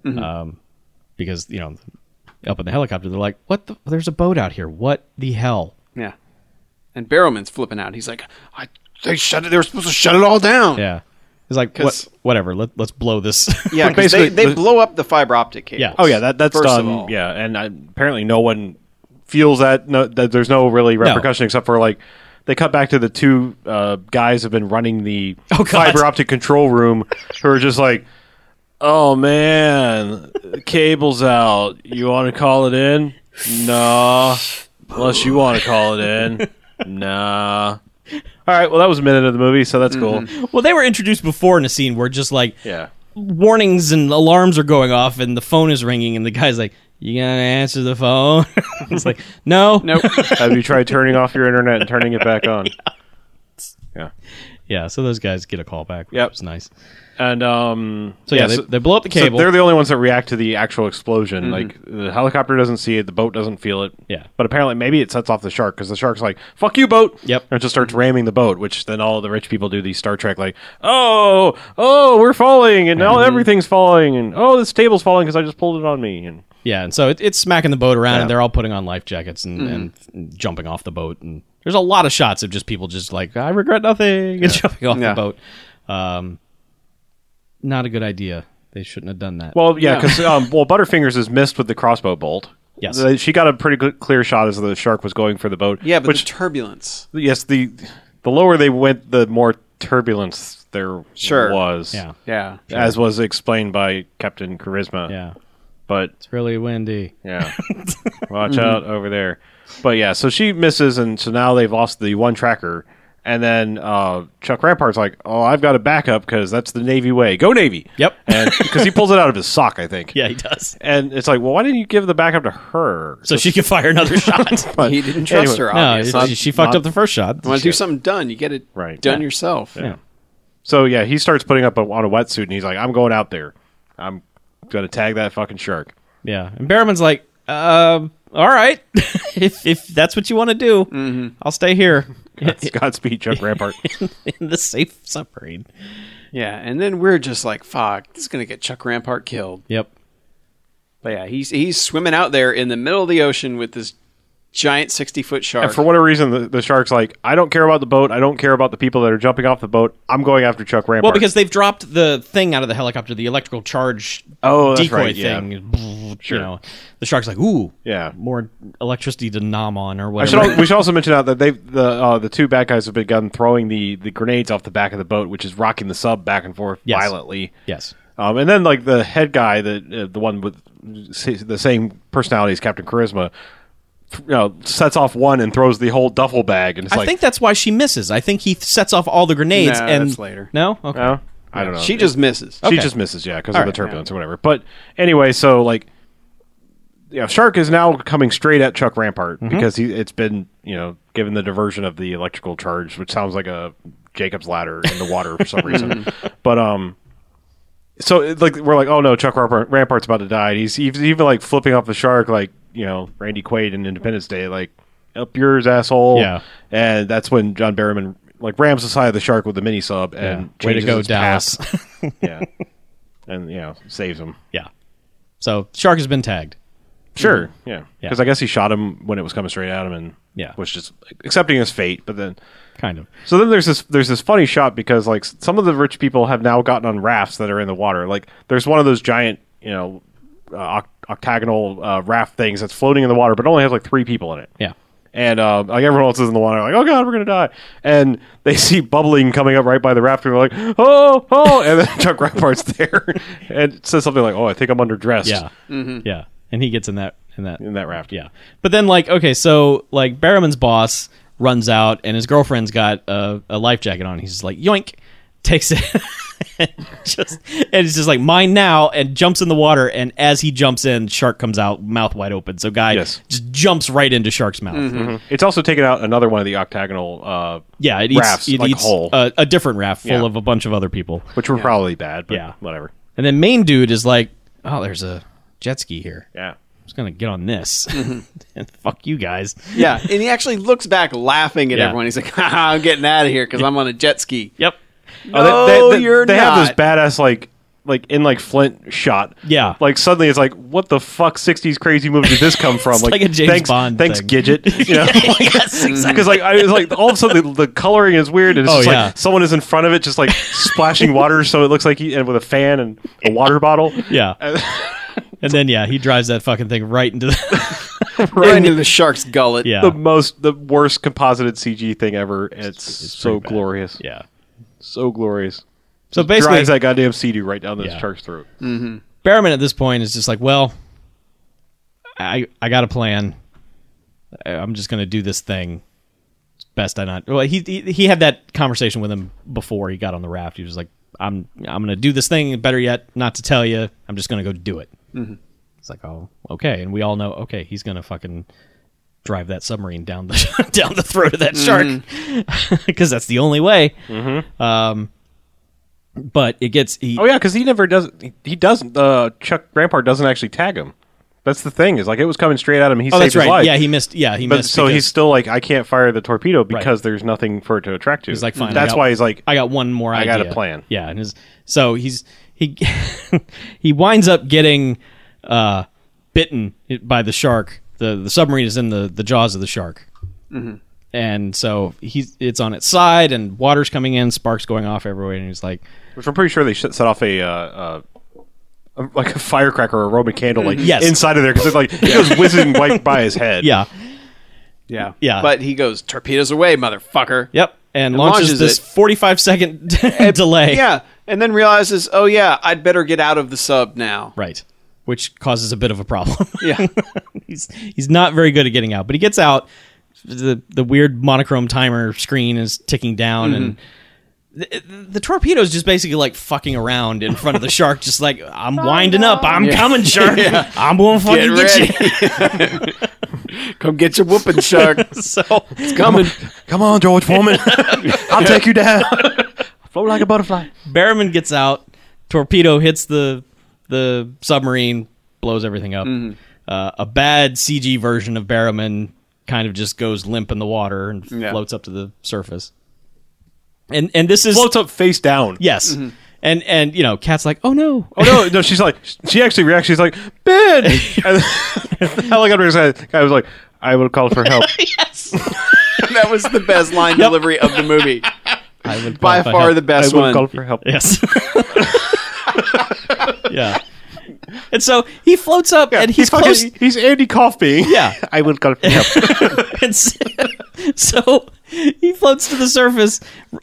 C: um, because you know up in the helicopter they're like, what? The, there's a boat out here. What the hell?
A: yeah. And Barrowman's flipping out. He's like, I, they shut it. They were supposed to shut it all down.
C: Yeah. It's like what,
A: 'Cause-
C: whatever. Let let's blow this.
A: Yeah, 'cause
B: Basically,
A: they, they
B: the-
A: blow up the fiber optic cable.
C: Yeah.
B: Oh yeah, that that's
A: First of
B: done.
A: all.
B: Yeah, and I, apparently no one feels that. No, that there's no really repercussion except for like they cut back to the two uh, guys have been running the
C: Oh, God.
B: fiber optic control room who are just like, oh man, cable's out. You want to call it in? Nah. Unless you want to call it in, nah.
C: Mm-hmm.
B: All right. Well, that was a minute of the movie, so that's cool.
C: well, they were introduced before in a scene where just like
B: Yeah.
C: warnings and alarms are going off, and the phone is ringing, and the guy's like, "You gotta answer the phone." it's like, "No,
A: Nope.
B: Have you tried turning off your internet and turning it back on? Yeah.
C: Yeah, so those guys get a call back. Which
B: Yep.
C: was nice.
B: And um,
C: So yeah, they,
B: so-
C: they blow up the
B: so
C: cable. Mm-hmm.
B: they're the only ones that react to the actual explosion. Like the helicopter doesn't see it, the boat doesn't feel it.
C: Yeah.
B: But apparently, maybe it sets off the shark because the shark's like, "Fuck you, boat!"
C: Yep.
B: And it just starts ramming the boat, which then all the rich people do these Star Trek like, "Oh, oh, we're falling, and
C: Mm-hmm.
B: all everything's falling, and oh, this table's falling because I just pulled it on me." And
C: yeah, and so it, it's smacking the boat around,
B: Yeah.
C: and they're all putting on life jackets and, and jumping off the boat. And there's a lot of shots of just people just like, "I regret nothing," and jumping off
A: Yeah.
C: the boat. Um, not a good idea. They shouldn't have done that.
B: Well, yeah, because um, well, Butterfingers is missed with the crossbow bolt.
C: Yes.
B: Uh, she got a pretty good, clear shot as the shark was going for the boat.
A: Yeah, but
B: which
A: the turbulence.
B: yes, the the lower they went, the more turbulence there
A: Sure.
B: was.
C: yeah,
A: Yeah.
B: as was explained by Captain Charisma.
C: yeah,
B: but
C: it's really windy.
B: yeah, watch out over there. But yeah, so she misses, and so now they've lost the one tracker. And then uh, Chuck Rampart's like, "Oh, I've got a backup because that's the Navy way. Go Navy!"
C: Yep.
B: because he pulls it out of his sock, I think.
C: Yeah, he does.
B: And it's like, well, why didn't you give the backup to her?
C: So she can fire another shot.
B: But
A: he didn't trust
B: anyway,
A: her.
C: no,
A: Obviously.
C: she, she fucked
B: not-
C: up the first shot.
A: want to do something done? You get it
B: Right.
A: done
B: Yeah.
A: yourself.
B: Yeah. So yeah, he starts putting up a, on a wetsuit, and he's like, "I'm going out there. I'm gonna tag that fucking shark."
C: Yeah, and Behrman's like, um, all right, if if that's what you want to do, I'll stay here
B: Godspeed, Chuck Rampart.
C: in the safe submarine.
A: Yeah, and then we're just like, "Fuck, this is gonna get Chuck Rampart killed."
C: Yep.
A: But yeah, he's he's swimming out there in the middle of the ocean with this giant sixty foot shark.
B: And for whatever reason, the, the shark's like, "I don't care about the boat. I don't care about the people that are jumping off the boat. I'm going after Chuck Rampart."
C: Well, because they've dropped the thing out of the helicopter, the electrical charge
B: Oh, that's
C: decoy
B: right, yeah.
C: thing. You know, the shark's like, ooh,
B: Yeah.
C: more electricity to nom on or
B: I should,
C: whatever.
B: al- we should also mention out that they the uh, the two bad guys have begun throwing the, the grenades off the back of the boat, which is rocking the sub back and forth
C: Yes.
B: violently.
C: yes.
B: Um, and then like the head guy, the uh, the one with s- the same personality as Captain Charisma, th- you know, sets off one and throws the whole duffel bag, and it's
C: I
B: like,
C: think that's why she misses. I think he sets off all the grenades
A: No,
C: and
A: that's later.
C: No, okay.
B: no, I don't know. Oh.
A: she just misses.
B: she
C: Okay.
B: just misses, yeah, because
C: All
B: of the
C: right,
B: turbulence or whatever. But anyway, so like, yeah, Shark is now coming straight at Chuck Rampart
C: Mm-hmm.
B: because he it's been you know given the diversion of the electrical charge, which sounds like a Jacob's ladder in the water for some reason. But um, so it- like we're like, oh no, Chuck Rampart, Rampart's about to die. And he's, he's even like flipping off the shark, like you know Randy Quaid in Independence Day, like up yours, asshole.
C: Yeah.
B: and that's when John Barrowman like rams the side of the shark with a mini sub and
C: Way to
B: changes
C: go,
B: its path
C: Dallas.
B: yeah, and you know saves him.
C: yeah. So shark has been tagged.
B: Sure, yeah,
C: Yeah.
B: because I guess he shot him when it was coming straight at him, and
C: Yeah.
B: was just accepting his fate. But then,
C: Kind of.
B: so then there's this there's this funny shot because like s- some of the rich people have now gotten on rafts that are in the water. Like there's one of those giant you know uh, oct- octagonal uh, raft things that's floating in the water, but only has like three people in it.
C: Yeah.
B: And uh, like everyone else is in the water, like oh god, we're gonna die. And they see bubbling coming up right by the raft, and they're like oh oh, and then Chuck Rampart's there and says something like oh I think I'm underdressed.
C: Yeah. Yeah. And he gets in that in that
B: Mm-hmm. in that raft.
C: Yeah. But then like okay, so like Barrowman's boss runs out and his girlfriend's got a, a life jacket on. He's just like yoink, takes it and just and it's just like mine now and jumps in the water and as he jumps in, shark comes out mouth wide open. So guy
B: Yes.
C: just jumps right into shark's mouth.
B: Mm-hmm. It's also taken out another one of the octagonal, uh,
C: Yeah, it eats,
B: Rafts,
C: it
B: like
C: eats
B: whole.
C: A, a different raft full
B: Yeah.
C: of a bunch of other people.
B: which were probably bad, but
C: Yeah.
B: whatever.
C: And then main dude is like, "Oh, there's a jet ski here. I'm
B: Yeah.
C: just going to get on this." and fuck you guys.
A: yeah, and he actually looks back laughing at
C: Yeah.
A: everyone. He's like, Haha, "I'm getting out of here because I'm on a jet ski."
C: Yep.
A: No, you're
B: Oh, they have
A: not.
B: this badass like like in like Flint shot.
C: Yeah.
B: Like suddenly it's like, what the fuck sixties crazy movie did this come from?
C: It's like a James
B: thanks,
C: Bond
B: Thanks,
C: thing.
B: Gidget. You know? Because like I was like all of a sudden the, the coloring is weird and it's
C: Oh,
B: just
C: yeah.
B: like someone is in front of it just like splashing water so it looks like he and with a fan and a water bottle.
C: Yeah. and then yeah, he drives that fucking thing right into the
A: Right into the shark's gullet.
C: yeah
B: The most the worst composited CG thing ever. It's, so glorious.
C: yeah.
B: So glorious.
C: So basically,
B: drives that goddamn CD right down this
C: Yeah.
B: shark's throat.
C: Behrman at this point is just like, well, I I got a plan. I- I'm just gonna do this thing. It's best I not. Well, he, he he had that conversation with him before he got on the raft. He was like, I'm I'm gonna do this thing. Better yet, not to tell you. I'm just gonna go do it. It's like, oh, okay, and we all know, okay, he's gonna fucking drive that submarine down the down the throat of that shark because that's the only way. Um, but it gets he,
B: Oh yeah, because he never does. He, he doesn't. Uh, Chuck Grandpa doesn't actually tag him. That's the thing is like it was coming straight at him. He
C: Oh,
B: saved
C: that's
B: his
C: right.
B: life.
C: Yeah, he missed. Yeah, he
B: but
C: missed.
B: so
C: because
B: he's still like I can't fire the torpedo because there's nothing for it to attract to. Mm.
C: he's like, fine. I
B: That's
C: got-
B: why he's like,
C: I got one more.
B: I
C: idea.
B: got a plan.
C: Yeah, and his so he's he he winds up getting uh, bitten by the shark. the The submarine is in the the jaws of the shark, and so he's it's on its side, and water's coming in, sparks going off everywhere, and he's like,
B: which I'm pretty sure they sh- set off a. Uh, uh, a- like a firecracker or a Roman candle, like
C: Yes.
B: inside of there, because like it goes whizzing right by his head.
C: "Yeah,
A: Yeah.
C: Yeah.
A: But he goes, torpedoes away, motherfucker.
C: yep," and, launches,
A: launches
C: this
A: it.
C: forty five second delay.
A: Yeah. And then realizes, oh, yeah, I'd better get out of the sub now.
C: Right. Which causes a bit of a problem.
A: Yeah.
C: he's he's not very good at getting out, but he gets out. The the weird monochrome timer screen is ticking down and the, the torpedo is just basically like fucking around in front of the shark just like I'm winding up. I'm coming, shark. I'm going to fucking get, you.
A: Come get your whooping shark.
C: So
A: Coming.
B: Come on, George Foreman, I'll take you down. Float like a butterfly.
C: Barrowman gets out. Torpedo hits the the submarine, blows everything up. Uh, a bad CG version of Barrowman kind of just goes limp in the water and
A: Yeah.
C: floats up to the surface. And and this is
B: Floats up face down.
C: yes,
A: Mm-hmm.
C: and and you know, Cat's like, oh no,
B: Oh no, no, she's like she actually reacts, she's like, Ben and the helicopter guy guy was like, I will call for help.
A: that was the best line delivery of the movie.
C: I would
A: By
C: qualify
A: far
C: hell-
A: the
B: I
A: best
B: will call
A: one.
B: for help.
C: yes, yeah. And so he floats up, and he's
B: he's fucking
C: close.
B: he's Andy Coffey.
C: Yeah.
B: I will call for help.
C: and so, so he floats to the surface,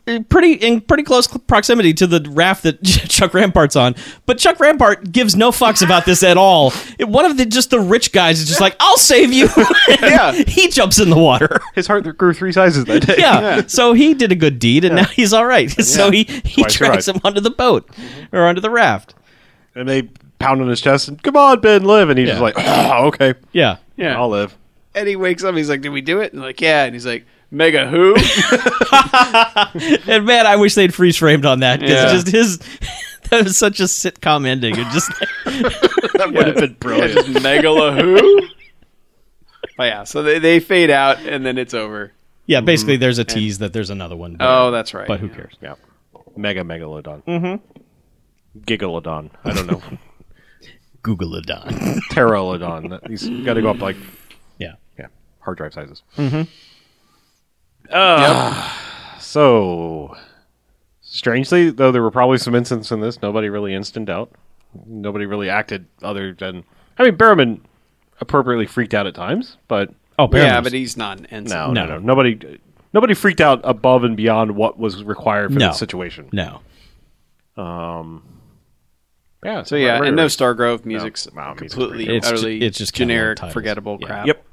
C: uh, pretty in pretty close cl- proximity to the raft that Chuck Rampart's on. But Chuck Rampart gives no fucks about this at all. It- one of the just the rich guys is just like, "I'll save you." And
A: Yeah.
C: he jumps in the water.
B: His heart grew three sizes that day.
C: Yeah. So he did a good deed, and now he's all right. So he he
B: Twice your
C: drags
B: eyes.
C: him onto the boat
A: Mm-hmm.
C: or onto the raft.
B: And they pound on his chest and come on, Ben, live and he's
C: Yeah.
B: just like, Oh, okay.
C: Yeah.
A: Yeah.
B: I'll live.
A: And he wakes up. He's like, "Did we do it?" And like, "Yeah." And he's like, "Mega who?"
C: And man, I wish they'd freeze framed on that because
A: Yeah.
C: just his that was such a sitcom ending. It just.
A: that would have been brilliant. Megala who? But yeah, so they, they fade out and then it's over.
C: Yeah, basically, there's a tease that there's another one. But,
A: Mm-hmm. Oh, that's right.
C: but who cares?
B: Yeah. Mega megalodon. Mm-hmm. Gigalodon. I don't know.
C: Google it on.
B: Pterolodon. That- He's gotta go up like
C: yeah.
B: yeah, hard drive sizes. Mm-hmm. Uh, So, strangely, though, there were probably some incidents in this. Nobody really instanced out. Nobody really acted other than. I mean, Berman appropriately freaked out at times, but
C: Oh,
A: Yeah, but he's not an ensign.
B: no,
C: No.
B: no, no, nobody, nobody freaked out above and beyond what was required for
C: No.
B: the situation.
C: no.
B: Yeah.
A: So yeah,
B: right,
A: and
B: right,
A: no
B: right.
A: Stargrove music's
B: No, wow, music's
A: completely,
C: pretty It's ju-
A: utterly,
C: it's just kinda
A: generic,
C: titles.
A: forgettable
C: Yeah.
A: crap.
B: Yep.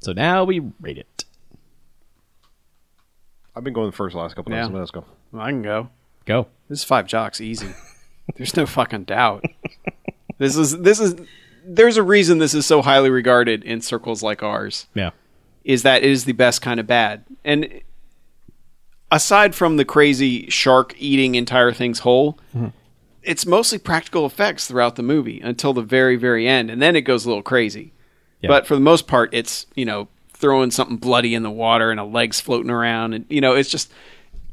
C: So now we rate it.
B: I've been going first the last couple
A: Yeah.
B: times. Let's go.
A: Well, I can go.
C: Go.
A: This is five jocks, easy. There's no fucking doubt. this is this is. There's a reason this is so highly regarded in circles like ours.
C: Yeah.
A: is that it is the best kind of bad. And aside from the crazy shark eating entire things whole, it's mostly practical effects throughout the movie until the very, very end. And then it goes a little crazy. But for the most part, it's, you know, throwing something bloody in the water and a leg's floating around. And, you know, it's just,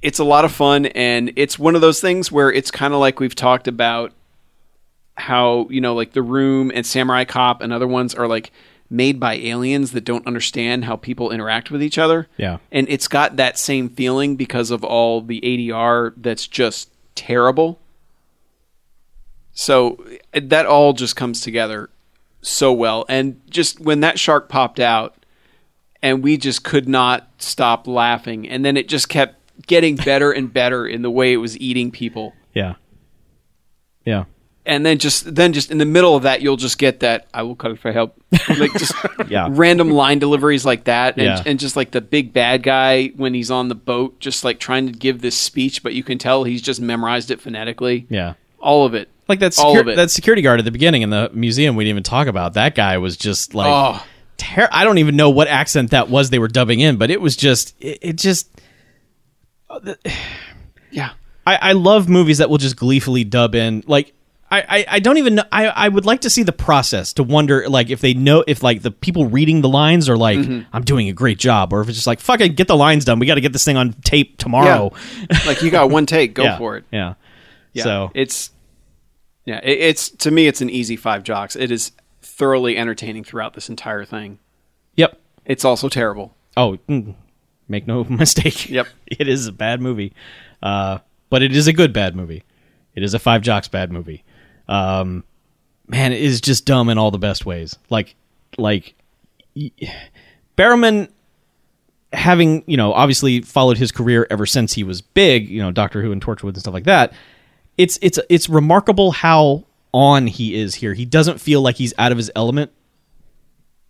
A: it's a lot of fun. And it's one of those things where it's kind of like we've talked about how you know like the room and samurai cop and other ones are like made by aliens that don't understand how people interact with each other
C: Yeah.
A: and it's got that same feeling because of all the adr that's just terrible so eh, that all just comes together so well and just when that shark popped out and we just could not stop laughing and then it just kept getting better and better in the way it was eating people
C: Yeah. Yeah.
A: and then just then just in the middle of that you'll just get that I will call for help like just
C: Yeah.
A: random line deliveries like that and,
C: Yeah.
A: and just like the big bad guy when he's on the boat just like trying to give this speech but you can tell he's just memorized it phonetically
C: Yeah.
A: all of it
C: Like that,
A: all
C: secur-
A: of it
C: that security guard at the beginning in the museum we didn't even talk about. That guy was just like,
A: Oh.
C: ter- I don't even know what accent that was they were dubbing in, but it was just, it, it just,
A: yeah
C: I, I love movies that will just gleefully dub in like I, I, I don't even know I, I would like to see the process to wonder like if they know if like the people reading the lines are like
A: Mm-hmm.
C: I'm doing a great job or if it's just like fucking get the lines done we got to get this thing on tape tomorrow
A: like you got one take go
C: Yeah.
A: for it
C: yeah,
A: Yeah.
C: so
A: it's yeah, it, it's to me it's an easy five jocks. It is thoroughly entertaining throughout this entire thing.
C: yep
A: It's also terrible.
C: oh mm, make no mistake
A: Yep.
C: it is a bad movie uh, but it is a good bad movie it is a five jocks bad movie um, man it is just dumb in all the best ways like like y- barrowman having you know obviously followed his career ever since he was big you know doctor who and torchwood and stuff like that it's it's it's remarkable how on he is here he doesn't feel like he's out of his element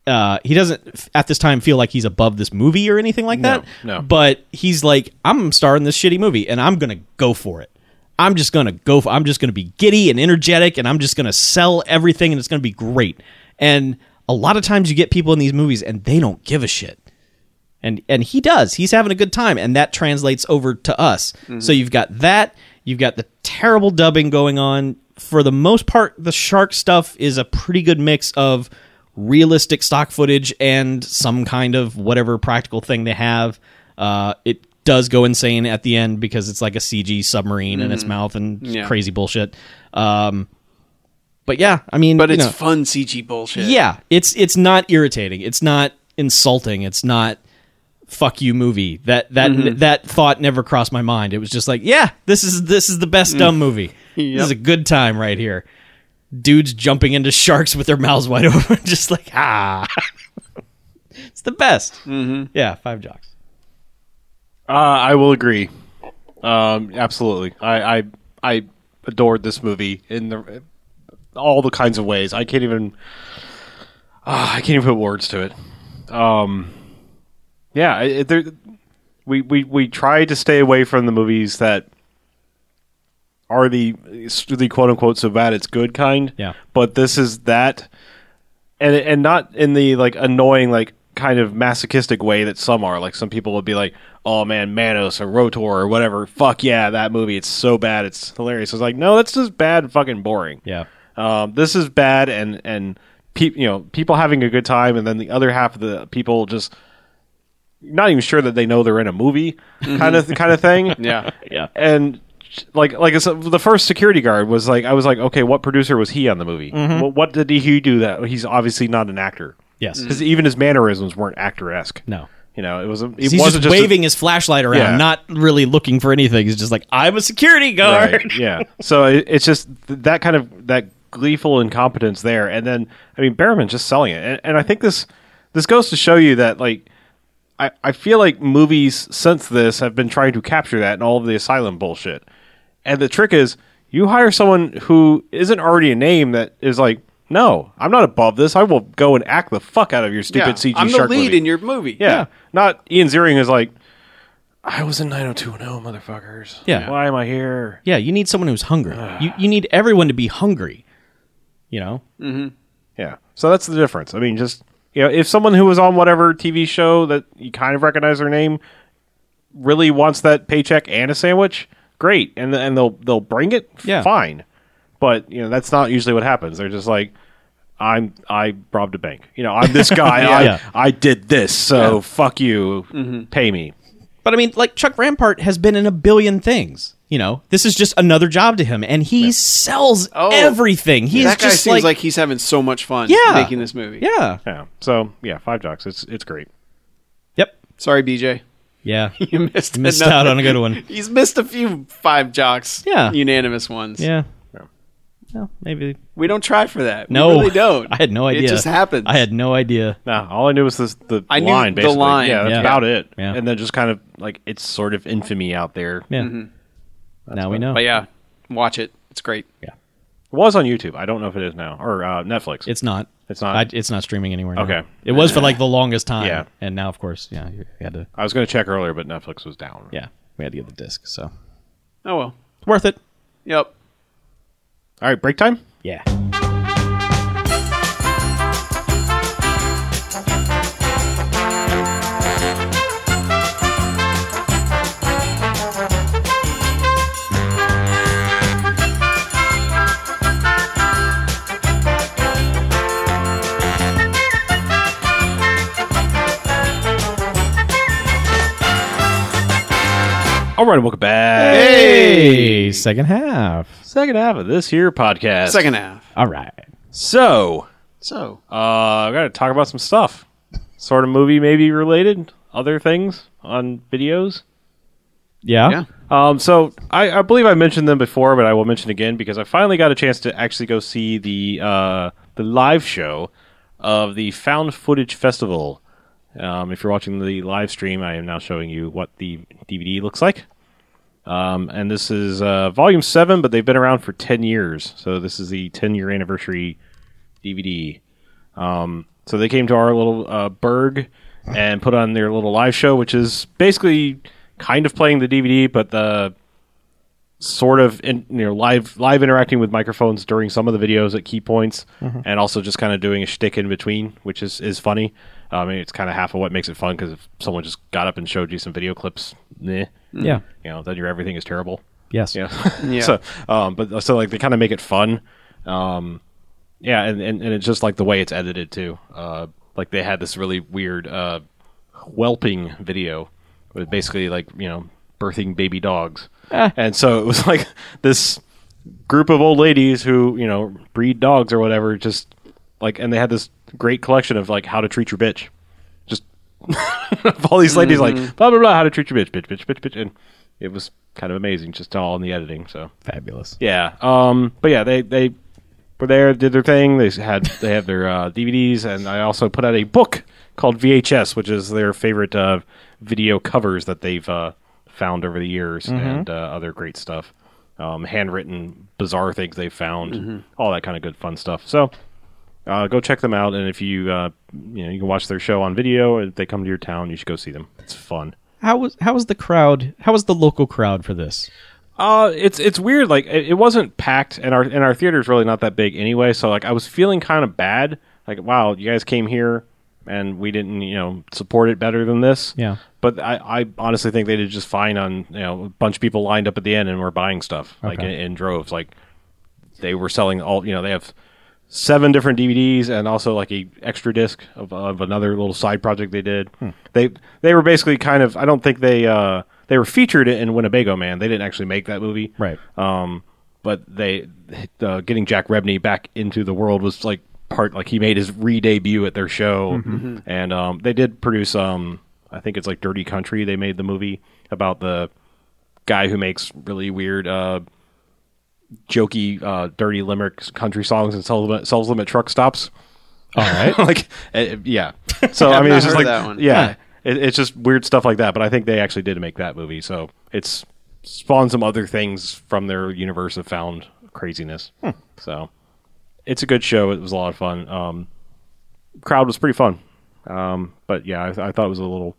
C: uh, he doesn't f- at this time feel like he's above this movie or anything like that.
B: no.
C: But he's like, I'm starring this shitty movie, and I'm gonna go for it. I'm just gonna go for. I'm just gonna be giddy and energetic, and I'm just gonna sell everything, and it's gonna be great. And a lot of times you get people in these movies, and they don't give a shit. And and he does. He's having a good time, and that translates over to us.
A: Mm-hmm.
C: So you've got that. You've got the terrible dubbing going on. For the most part, the shark stuff is a pretty good mix of realistic stock footage and some kind of whatever practical thing they have. Uh, it does go insane at the end because it's like a CG submarine in its mouth and
A: Mm-hmm. Yeah.
C: crazy bullshit. Um, but yeah, I mean,
A: But
C: you
A: it's
C: know.
A: fun CG bullshit.
C: Yeah, it's it's not irritating. It's not insulting. It's not fuck you movie. That that
B: Mm-hmm.
C: that thought never crossed my mind. It was just like, yeah, this is this is the best
B: Mm.
C: dumb movie. This is a good time right here. Dudes jumping into sharks with their mouths wide open, just like ah, it's the best. Mm-hmm. Yeah, five jocks.
B: Uh, I will agree. Um, absolutely. I, I I adored this movie in the all the kinds of ways. I can't even ah, I can't even put words to it. Um, yeah, I- it, there, we, we we try to stay away from the movies that are the the quote unquote so bad it's good kind.
C: Yeah.
B: but this is that and and not in the like annoying like kind of masochistic way that some are like some people would be like oh man manos or rotor or whatever fuck yeah that movie it's so bad it's hilarious it's like no that's just bad and fucking boring
C: Yeah.
B: um, this is bad and and peop you know people having a good time and then the other half of the people just not even sure that they know they're in a movie kind of kind of thing
A: Yeah.
B: yeah and like like it's, the first security guard was like i was like okay what producer was he on the movie what, what did he do that he's obviously not an actor
C: Yes.
B: because even his mannerisms weren't actor-esque
C: No.
B: you know it was a, it
C: He's just,
B: wasn't just a-
C: waving his flashlight around,
B: Yeah.
C: not really looking for anything. He's just like, I'm a security guard.
B: Right, yeah. So it, it's just th- that kind of that gleeful incompetence there, and then I mean Barrowman just selling it, and, and I think this this goes to show you that like I I feel like movies since this have been trying to capture that in all of the asylum bullshit, and the trick is you hire someone who isn't already a name that is like. No, I'm not above this. I will go and act the fuck out of your stupid
A: Yeah.
B: CG
A: I'm the
B: shark
A: lead
B: movie.
A: in your movie.
B: Yeah. Not Ian Ziering is like, I was in 90210, motherfuckers.
C: Yeah.
B: Why am I here?
C: Yeah, you need someone who's hungry. you you need everyone to be hungry. You know?
B: Yeah. So that's the difference. I mean, just, you know, if someone who was on whatever TV show that you kind of recognize their name really wants that paycheck and a sandwich, great. And and they'll they'll bring it,
C: Yeah.
B: fine. But, you know, that's not usually what happens. They're just like, I'm I robbed a bank. You know, I'm this guy. I,
C: Yeah.
B: I did this. So fuck you.
A: Mm-hmm.
B: Pay me.
C: But I mean, like Chuck Rampart has been in a billion things. You know, this is just another job to him, and he sells
A: Oh.
C: everything. He's
A: that guy
C: just
A: seems like,
C: like,
A: he's having so much fun
C: Yeah.
A: making this movie.
C: yeah,
B: Yeah. So, yeah, five jocks. It's it's great.
C: yep,
A: Sorry, BJ.
C: yeah,
A: You missed,
C: missed
A: another-
C: out on a good one.
A: He's missed a few five jocks.
C: Yeah.
A: Unanimous ones.
C: Yeah,
B: Yeah.
C: well, maybe
A: We don't try for that.
C: no.
A: We really don't.
C: I had no idea.
A: It just happens.
C: I had no idea.
B: Nah, all I knew was this, the
A: I knew
B: line,
A: the
B: basically.
A: line,
B: Yeah, that's
C: yeah.
B: about it.
C: Yeah.
B: And then just kind of like it's sort of
A: Mm-hmm.
B: infamy out there.
C: Yeah, now we know.
A: But yeah, watch it. It's great.
C: Yeah.
B: It was on YouTube. I don't know if it is now or uh, Netflix.
C: It's not.
B: It's not?
C: I, it's not streaming anywhere. now.
B: Okay.
C: It was for like the longest time.
B: Yeah.
C: And now, of course, yeah, you had to.
B: I was going to check earlier, but Netflix was down.
C: Yeah, we had to get the disc. So
A: Oh well.
C: it's worth it.
A: Yep.
B: All right, break time.
C: Yeah.
B: All right, welcome back.
C: Hey, second half.
B: Second half of this here podcast.
A: Second half.
C: All right.
B: So,
A: So
B: uh, I got to talk about some stuff. Sort of movie, maybe related. Other things on videos.
C: Yeah.
A: yeah.
B: Um, so I, I believe I mentioned them before, but I will mention again because I finally got a chance to actually go see the uh, the live show of the Found Footage Festival. Um, if you're watching the live stream, I am now showing you what the DVD looks like. Um, and this is uh, volume seven, but they've been around for ten years, so this is the ten year anniversary DVD. Um, so they came to our little uh, Berg and put on their little live show, which is basically kind of playing the DVD, but the sort of in, you know live live interacting with microphones during some of the videos at key points, and also just kind of doing a shtick in between, which is is funny. Uh, I mean, it's kind of half of what makes it fun because if someone just got up and showed you some video clips, meh,
C: Yeah.
B: you know, then your everything is terrible.
C: Yes.
B: Yeah.
A: Yeah.
B: so, um, but so like they kind of make it fun. Um, yeah, and, and and it's just like the way it's edited too. Uh, like they had this really weird uh, whelping video with basically like you know birthing baby dogs, and so it was like this group of old ladies who you know breed dogs or whatever. Just like, and they had this great collection of like how to treat your bitch. Just all these ladies like blah blah blah how to treat your bitch bitch bitch bitch bitch and it was kind of amazing just all in the editing so
C: Fabulous.
B: yeah um but yeah they they were there did their thing they had they have their uh, DVDs and I also put out a book called VHS which is their favorite uh, video covers that they've uh, found over the years and uh, other great stuff um, handwritten bizarre things they found all that kind of good fun stuff so uh, go check them out, and if you uh, you know you can watch their show on video. If they come to your town, you should go see them. It's fun.
C: How was how was the crowd? How was the local crowd for this?
B: Uh, it's it's weird. Like it, it wasn't packed, and our and our theater's really not that big anyway. So like I was feeling kind of bad. Like wow, you guys came here, and we didn't you know support it better than this.
C: Yeah.
B: But I, I honestly think they did just fine on you know a bunch of people lined up at the end and were buying stuff like in,
C: Okay.
B: in droves. Like they were selling all you know they have seven different DVDs and also like a extra disc of, of another little side project they did. They they were basically kind of I don't think they uh, they were featured in Winnebago Man. They didn't actually make that movie,
C: Right.
B: Um, but they uh, getting Jack Rebney back into the world was like part like he made his re debut at their show, and um, they did produce um I think it's like Dirty Country. They made the movie about the guy who makes really weird uh jokey, uh, dirty limerick country songs and sells them at, sells them at truck stops. All right, like uh, yeah. So I
A: I've
B: mean, it's
A: not
B: just
A: heard
B: like
A: that one.
B: yeah, it, it's just weird stuff like that. But I think they actually did make that movie, so it's spawned some other things from their universe of found craziness. So it's a good show. It was a lot of fun. Um, crowd was pretty fun, um, but yeah, I, I thought it was a little.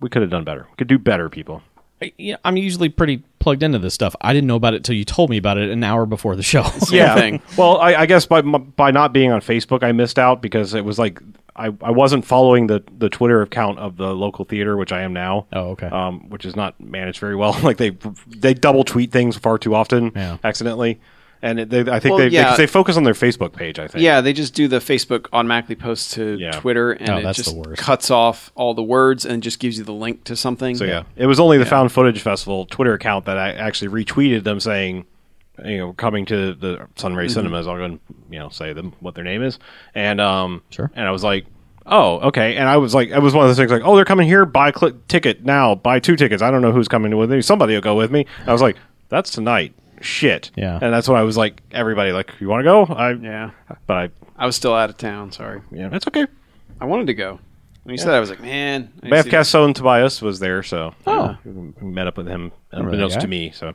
B: We could have done better. We could do better, people.
C: I, you know, I'm usually pretty plugged into this stuff. I didn't know about it till you told me about it an hour before the show.
A: yeah. thing.
B: Well, I, I guess by m- by not being on Facebook, I missed out because it was like I, I wasn't following the, the Twitter account of the local theater, which I am now.
C: Oh, okay.
B: Um, which is not managed very well. like they they double tweet things far too often,
C: Yeah.
B: accidentally, and it, they, I think
A: Well,
B: they, they-
A: yeah.
B: they focus on their Facebook page. I think.
A: Yeah, they just do the Facebook automatically post to
B: Yeah.
A: Twitter, and
C: Oh,
A: it
C: that's
A: just
C: the worst.
A: cuts off all the words and just gives you the link to something.
B: So yeah, it was only the Found Footage Festival Twitter account that I actually retweeted them saying, you know, coming to the Sunray
C: Mm-hmm.
B: Cinemas. I'll go and you know say them what their name is, and um,
C: Sure.
B: And I was like, oh, okay. And I was like, it was one of those things like, oh, they're coming here, buy a cli ticket now, buy two tickets. I don't know who's coming with me. Somebody will go with me. I was like, that's tonight. Shit.
C: Yeah.
B: And that's when I was like, everybody like, you want to go? I
A: Yeah.
B: But I
A: I was still out of town. Sorry,
B: yeah, that's okay.
A: I wanted to go. When you said, that, I was like, man, I need to
B: Math
A: see
B: Castone Tobias was there, so
C: Oh.
B: we met up with him
C: that
B: unbeknownst
C: guy.
B: to me. So
A: that.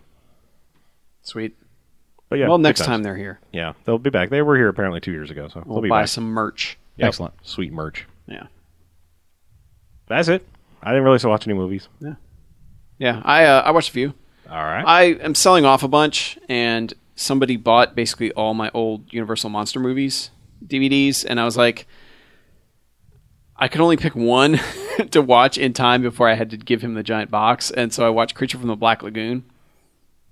A: Sweet.
B: But yeah,
A: well,
B: good
A: next
B: times.
A: time they're here,
B: Yeah, they'll be back. They were here apparently two years ago, so
A: we'll
B: they'll be
A: buy
B: back.
A: some merch.
B: Yep.
C: Excellent.
B: sweet merch.
A: Yeah,
B: That's it. I didn't really watch any movies.
A: yeah. I uh, I watched a few.
B: All right.
A: I am selling off a bunch, and somebody bought basically all my old Universal Monster movies DVDs, and I was like, I could only pick one to watch in time before I had to give him the giant box, and so I watched Creature from the Black Lagoon,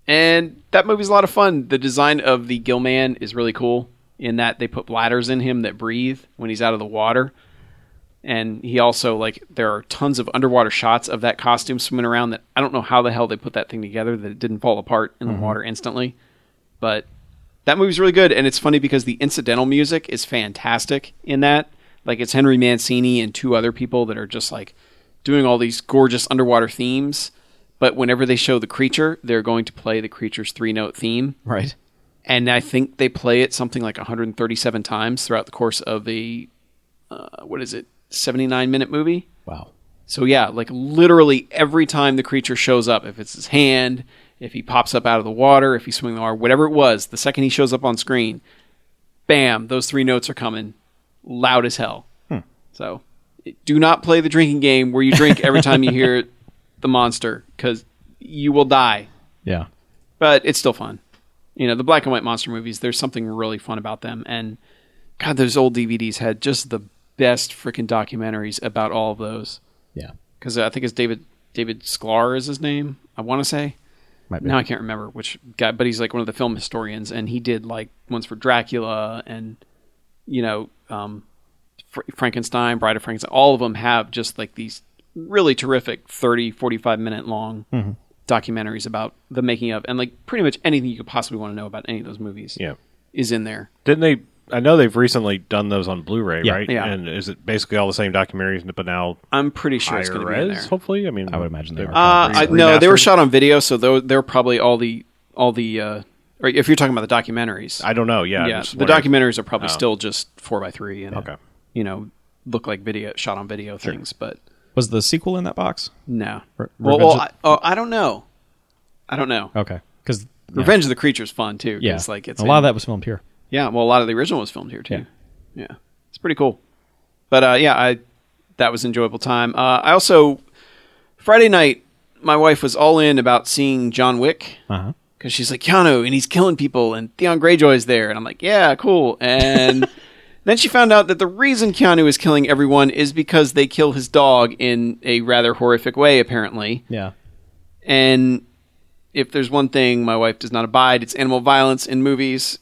A: and that movie's a lot of fun. The design of the Gill Man is really cool in that they put bladders in him that breathe when he's out of the water. And he also like there are tons of underwater shots of that costume swimming around that I don't know how the hell they put that thing together that it didn't fall apart in the water instantly. But that movie's really good and it's funny because the incidental music is fantastic in that. Like it's Henry Mancini and two other people that are just like doing all these gorgeous underwater themes, but whenever they show the creature, they're going to play the creature's three-note theme
C: Right.
A: and I think they play it something like 137 times throughout the course of a uh, what is it 79 minute movie.
C: Wow.
A: So yeah, like literally every time the creature shows up, if it's his hand, if he pops up out of the water, if he's swimming in the water, whatever it was, the second he shows up on screen, bam, those three notes are coming loud as hell. So do not play the drinking game where you drink every time you hear the monster because you will die
C: Yeah.
A: but it's still fun. You know, the black and white monster movies, there's something really fun about them. And God, those old DVDs had just the best freaking documentaries about all of those.
C: Yeah.
A: Because I think it's David David Sklar is his name. I want to say.
C: Might be.
A: Now I can't remember which guy, but he's like one of the film historians, and he did like ones for Dracula and you know um, Fr- Frankenstein, Bride of Frankenstein. All of them have just like these really terrific 30, 45 minute long
B: Mm-hmm.
A: documentaries about the making of, and like pretty much anything you could possibly want to know about any of those movies
B: yeah.
A: is in there.
B: Didn't they? I know they've recently done those on Blu-ray,
C: Yeah.
B: right?
A: Yeah.
B: And is it basically all the same documentaries, but now
A: I'm pretty sure it's
B: higher
A: going to be in
B: res?
A: there.
B: Hopefully, I mean,
C: I would imagine they are.
A: Uh, I, no, they were
B: remastered?
A: shot on video, so tho- they're probably all the all the. Uh, or if you're talking about the documentaries,
B: I don't know. Yeah, I'm
A: yeah,
B: just
A: the
B: wondering.
A: documentaries are
C: Oh.
A: probably still just four by three and
B: Okay.
A: you know look like video shot on video things, but
C: Was the sequel in that box?
A: no.
C: Re-
A: well,
C: Revenge
A: well
C: of-
A: I, oh, I don't know. I don't know.
C: Okay. Because
A: Revenge of the Creature's fun too. 'cause,
C: Yeah.
A: like it's
C: a lot
A: in-
C: of that was filmed here.
A: Yeah, well, a lot of the original was filmed here too.
C: Yeah.
A: Yeah, it's pretty cool. But uh, yeah, I that was enjoyable time. Uh, I also Friday night, my wife was all in about seeing John Wick
C: Uh huh.
A: because she's like Keanu and he's killing people and Theon Greyjoy's there and I'm like yeah cool and then she found out that the reason Keanu is killing everyone is because they kill his dog in a rather horrific way apparently
C: Yeah.
A: and if there's one thing my wife does not abide it's animal violence in movies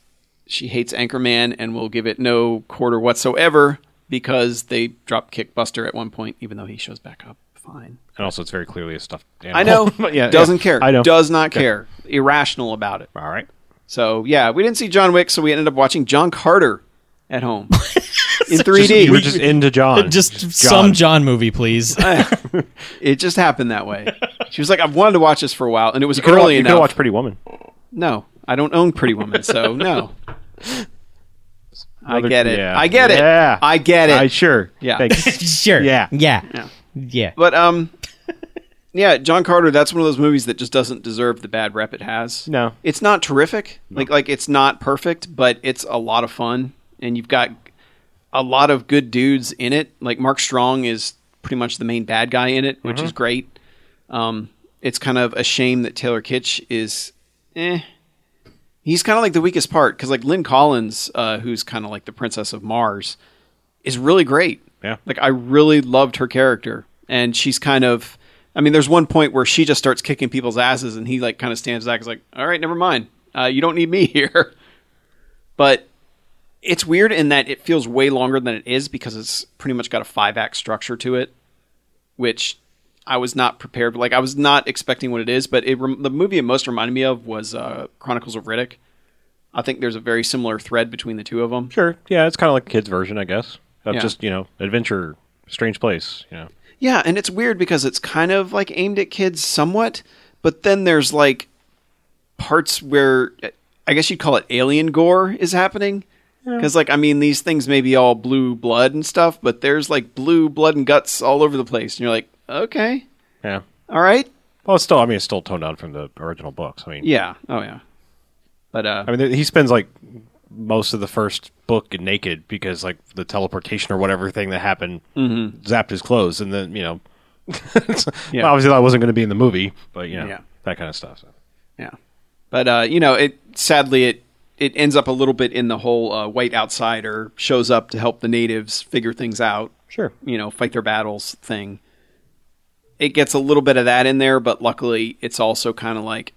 A: she hates Anchorman and will give it no quarter whatsoever because they drop kick Buster at one point even though he shows back up fine
B: And also, it's very clearly a stuffed animal.
A: I know
B: But yeah,
A: doesn't
B: yeah.
A: care
B: I know.
A: does not care irrational about it
B: All right.
A: so yeah, we didn't see John Wick, so we ended up watching John Carter at home in 3D.
B: Just- you were just into John.
C: Just some John movie, please.
A: it just happened that way. She was like, "I've wanted to watch this for a while," and it was
B: Girl,
A: early
B: you
A: enough.
B: can watch Pretty Woman.
A: no, I don't own Pretty Woman, so no. I
B: Another-
A: get it.
B: yeah.
A: I get it.
B: Yeah.
A: I get it.
B: I sure.
A: Yeah.
B: Thanks.
C: sure.
B: Yeah.
C: Yeah.
A: Yeah.
C: Yeah.
A: but um, yeah, John Carter. That's one of those movies that just doesn't deserve the bad rep it has.
B: No.
A: it's not terrific. Like like it's not perfect, but it's a lot of fun, and you've got a lot of good dudes in it. Like Mark Strong is pretty much the main bad guy in it, which is great. Um, it's kind of a shame that Taylor Kitsch is, eh. He's kind of like the weakest part because like Lynn Collins, uh, who's kind of like the princess of Mars, is really great.
B: Yeah.
A: like I really loved her character, and she's kind of. I mean, there's one point where she just starts kicking people's asses, and he like kind of stands back. Is like, all right, never mind. Uh, you don't need me here. But it's weird in that it feels way longer than it is because it's pretty much got a five act structure to it, which I was not prepared. Like I was not expecting what it is, but it rem- the movie it most reminded me of was uh, Chronicles of Riddick. I think there's a very similar thread between the two of them.
B: Sure. Yeah, it's kind of like a kid's version, I guess, of
A: Yeah.
B: just you know adventure, strange place. You know.
A: Yeah, and it's weird because it's kind of like aimed at kids somewhat, but then there's like parts where I guess you'd call it alien gore is happening. Because, like, I mean, these things may be all blue blood and stuff, but there's like blue blood and guts all over the place. And you're like, okay,
B: Yeah.
A: all right.
B: Well, it's still. I mean, it's still toned down from the original books. I mean,
A: Yeah. Oh, yeah. But uh,
B: I mean, he spends like most of the first book naked because like the teleportation or whatever thing that happened zapped his clothes, and then you know,
A: Mm-hmm. Yeah.
B: obviously that wasn't going to be in the movie, but you know,
A: Yeah.
B: that kind of stuff. So.
A: Yeah, but uh, you know, it sadly it it ends up a little bit in the whole uh, white outsider shows up to help the natives figure things out.
B: Sure.
A: you know, fight their battles thing. It gets a little bit of that in there, but luckily, it's also kind of like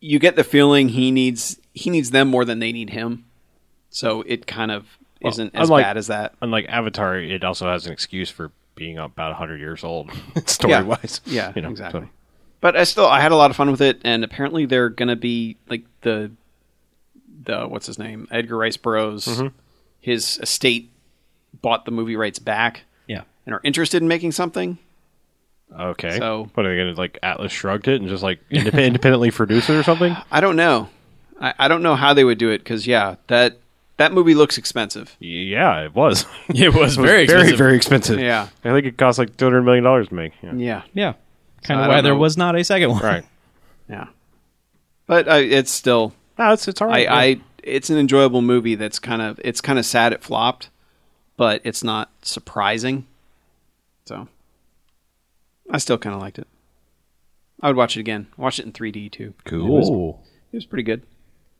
A: you get the feeling he needs he needs them more than they need him. So it kind of isn't as
B: unlike-
A: bad as that.
B: Unlike Avatar, it also has an excuse for being about hundred years old story wise.
A: Yeah, exactly. But I still I had a lot of fun with it, and apparently they're gonna be like the the what's his name Edgar Rice Burroughs, his estate bought the movie rights back
C: Yeah.
A: and are interested in making something.
B: Okay.
A: So-
B: what are they going to like? Atlas shrugged it and just like indep- independently produce it or something.
A: I don't know, I, I don't know how they would do it because yeah that that movie looks expensive.
B: Yeah, it was.
E: It was very
B: very
E: expensive.
B: very expensive.
A: Yeah.
B: I think it cost like two hundred million dollars to make. Yeah.
A: Yeah,
C: Yeah. Kind
A: I
C: of
A: don't
C: why there
A: know.
C: was not a second one.
B: Right.
A: yeah. But I, it's still
B: No, it's it's all
A: I,
B: right.
A: I it's an enjoyable movie that's kind of it's kind of sad it flopped, but it's not surprising. So I still kind of liked it. I would watch it again. Watch it in 3D too.
B: cool.
A: It was pretty good.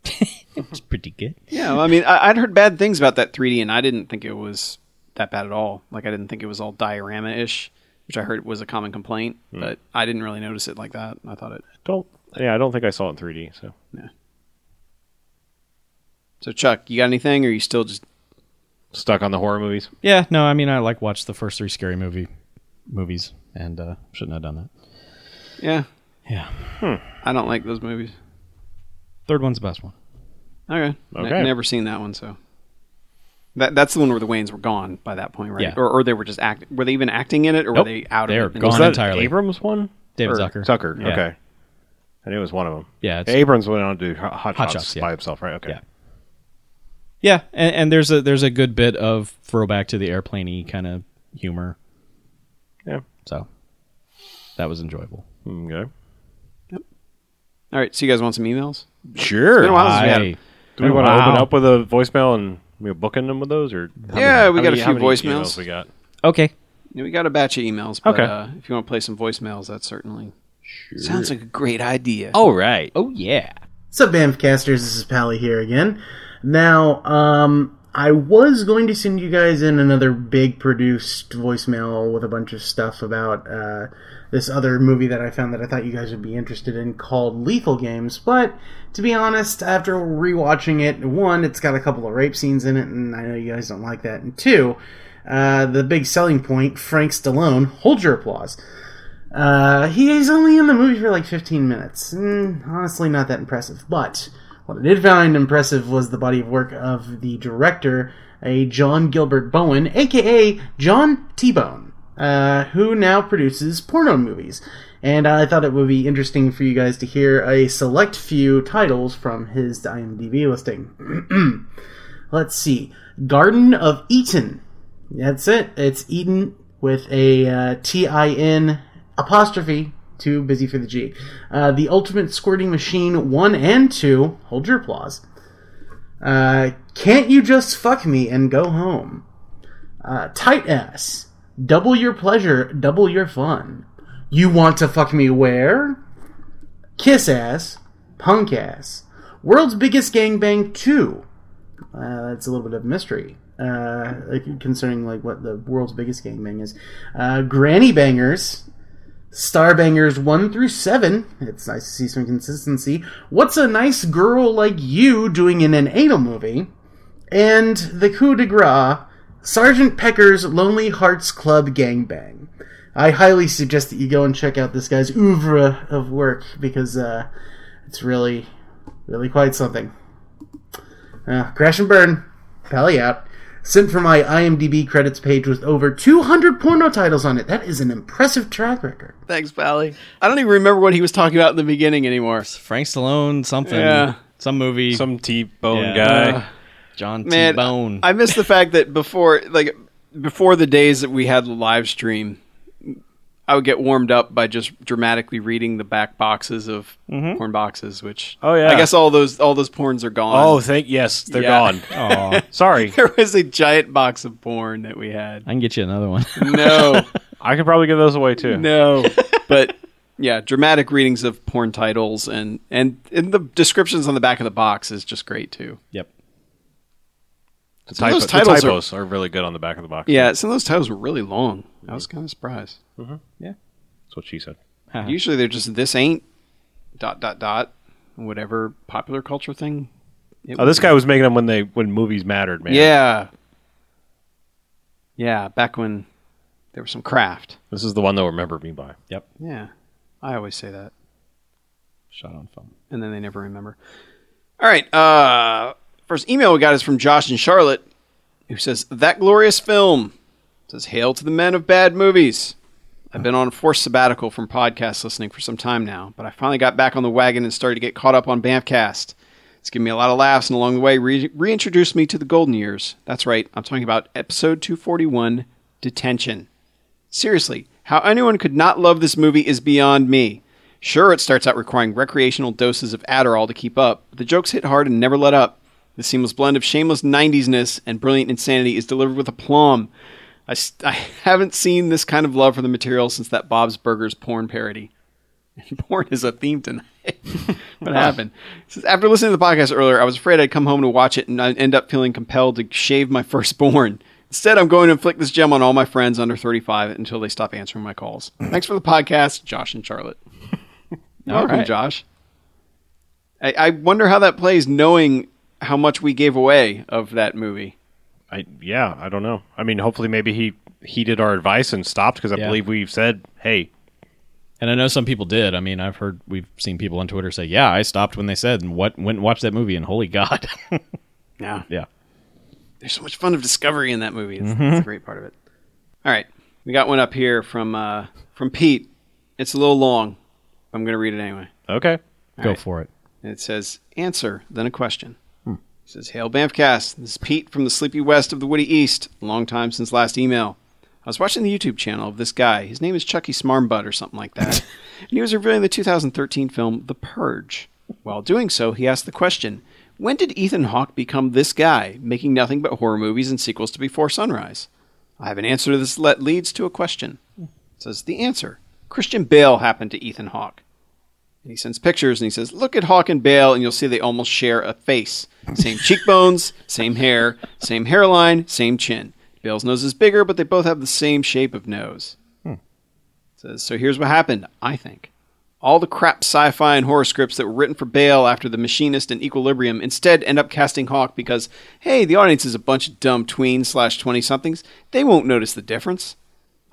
C: It's pretty good.
A: Yeah, I mean, I, I'd heard bad things about that 3D, and I didn't think it was that bad at all. Like I didn't think it was all diorama ish, which I heard was a common complaint,
B: Hmm.
A: but I didn't really notice it like that. I thought it.
B: Don't. Yeah, I don't think I saw it in 3D. So
A: So Chuck, you got anything, or you still just
B: stuck on the horror movies.
C: Yeah, no, I mean I like watched the first three scary movie movies and uh shouldn't have done that.
A: yeah?
C: Yeah.
A: I don't like those movies.
C: Third one's the best one.
A: Okay.
B: Okay.
A: Ne- never seen that one, so that that's the one where the Waynes were gone by that point, right?
C: Yeah.
A: Or, or they were just act. Were they even acting in it, or
C: Nope.
A: were they out
C: They're
A: of it?
C: gone.
B: Was that
C: entirely.
B: Abrams one?
C: David
B: Or-
C: Zucker.
B: Zucker.
C: Yeah.
B: Okay. I knew it was one of them.
C: Yeah, it's-
B: Abrams went on to do Hot, Hot,
C: Hot
B: Shots,
C: Shots, yeah.
B: by himself, right? Okay.
C: Yeah. Yeah, and, and there's a there's a good bit of throwback to the airplane kind of humor.
B: Yeah. Hmm,
C: So that was enjoyable.
B: Okay.
A: All right. So you guys want some emails?
B: Sure.
A: Been a while since we had 'em.
C: I-
B: Do we want to
C: Wow.
B: open up with a voicemail and we're booking them with those, or how
A: Yeah, we
B: how
A: got a
B: many-
A: few
B: how many
A: voicemails.
B: emails We got.
C: Okay.
A: Yeah, We got a batch of emails, but
B: Okay.
A: uh, if you want to play some voicemails, that certainly sounds like a great idea.
B: All right.
C: Oh yeah.
F: What's up, Bamfcasters? This is Pally here again. Now, um, I was going to send you guys in another big produced voicemail with a bunch of stuff about uh, this other movie that I found that I thought you guys would be interested in called Lethal Games, but to be honest, after rewatching it, one, it's got a couple of rape scenes in it, and I know you guys don't like that, and two, uh, the big selling point, Frank Stallone, hold your applause. Uh, he is only in the movie for like 15 minutes. Mm, honestly, not that impressive. But what I did find impressive was the body of work of the director, a John Gilbert Bowen, aka John T Bone, uh, who now produces porno movies. And I thought it would be interesting for you guys to hear a select few titles from his IMDb listing. Let's see Garden of Eaton. That's it. It's Eden with a uh, T I N apostrophe. Too busy for the G. Uh, the Ultimate Squirting Machine 1 and 2. Hold your applause. Uh, Can't You Just Fuck Me and Go Home? Uh, tight Ass. Double Your Pleasure, Double Your Fun. You Want to Fuck Me Where? Kiss Ass. Punk Ass. World's Biggest Gangbang 2. Uh, that's a little bit of mystery uh, like, concerning like what the world's biggest gangbang is. Uh, Granny Bangers, Star Bangers one through seven. It's nice to see some consistency. What's a nice girl like you doing in an anal movie? And the coup de grace, Sergeant Pecker's Lonely Hearts Club Gangbang. I highly suggest that you go and check out this guy's oeuvre of work because uh, it's really, really quite something. Uh, crash and burn. Pally out. Sent for my IMDb credits page with over 200 porno titles on it. That is an impressive track record.
A: Thanks, Valley. I don't even remember what he was talking about in the beginning anymore.
C: Frank Stallone something.
A: Yeah.
C: Some movie.
B: Some T-bone
C: Yeah. Uh,
B: guy.
C: John T
A: Man,
C: Bone.
A: I miss the fact that before, like before the days that we had the live stream, I I would get warmed up by just dramatically reading the back boxes of porn boxes, which
B: Mm-hmm. Oh, yeah.
A: I guess all those all those porns are gone.
B: Oh, thank yes, they're
A: Yeah.
B: gone. Sorry,
A: there was a giant box of porn that we had.
C: I can get you another one.
A: No,
B: I could probably give those away too.
A: no, but yeah, dramatic readings of porn titles and and and the descriptions on the back of the box is just great too.
C: yep.
B: The,
A: Some of
B: typo-
A: those
B: the
A: titles are-
B: typos are... really good on the back of the box.
A: Yeah, some of those titles were really long. I was kind of surprised.
B: that's what she said.
A: Usually they're just this ain't dot dot dot whatever popular culture thing. it
B: Oh, this
A: was.
B: guy was making them when they when movies mattered, man.
A: Yeah. Yeah, back when there was some craft.
B: this is the one they'll remember me by.
A: Yeah. I always say that.
C: Shot on film.
A: And then they never remember. All right. Uh first email we got is from Josh and Charlotte, who says, That glorious film says, Hail to the men of bad movies. I've been on a forced sabbatical from podcast listening for some time now, but I finally got back on the wagon and started to get caught up on Bamfcast. It's given me a lot of laughs, and along the way, re- reintroduced me to the golden years. That's right, I'm talking about episode 241 Detention. Seriously, how anyone could not love this movie is beyond me. Sure, it starts out requiring recreational doses of Adderall to keep up, but the jokes hit hard and never let up. The seamless blend of shameless 90s-ness and brilliant insanity is delivered with aplomb. I, s- I haven't seen this kind of love for the material since that Bob's Burgers porn parody. Porn is a theme tonight. what happened? It says, After listening to the podcast earlier, I was afraid I'd come home to watch it and I'd end up feeling compelled to shave my firstborn. Instead, I'm going to inflict this gem on all my friends under 35 until they stop answering my calls. Thanks for the podcast, Josh and Charlotte. Welcome,
C: right.
A: Josh. I, I wonder how that plays, knowing how much we gave away of that movie.
B: I yeah, I don't know. I mean, hopefully, maybe he heeded our advice and stopped because I
C: Yeah.
B: believe we've said, hey,
C: And I know some people did. I mean, I've heard we've seen people on Twitter say, "Yeah, I stopped when they said and what went and watched that movie and holy god."
A: Yeah.
C: yeah.
A: there's so much fun of discovery in that movie. It's, a great part of it. All right, we got one up here from uh, from Pete. It's a little long. I'm going to read it anyway.
B: okay,
C: Go
A: right.
C: for it.
A: And it says answer, then a question. It says, Hail Banffcast. This is Pete from the sleepy west of the Woody East. Long time since last email. I was watching the YouTube channel of this guy. His name is Chucky Smarmbutt or something like that. and he was reviewing the 2013 film The Purge. While doing so, he asked the question, when did Ethan Hawke become this guy, making nothing but horror movies and sequels to Before Sunrise? I have an answer to this that leads to a question. It says, the answer. Christian Bale happened to Ethan Hawke. And he sends pictures and he says, Look at Hawk and Bale, and you'll see they almost share a face. Same cheekbones, same hair, same hairline, same chin. Bale's nose is bigger, but they both have the same shape of nose. Says, so here's what happened, I think. All the crap sci fi and horror scripts that were written for Bale after The Machinist and Equilibrium instead end up casting Hawk because, hey, the audience is a bunch of dumb tweens slash 20 somethings. They won't notice the difference.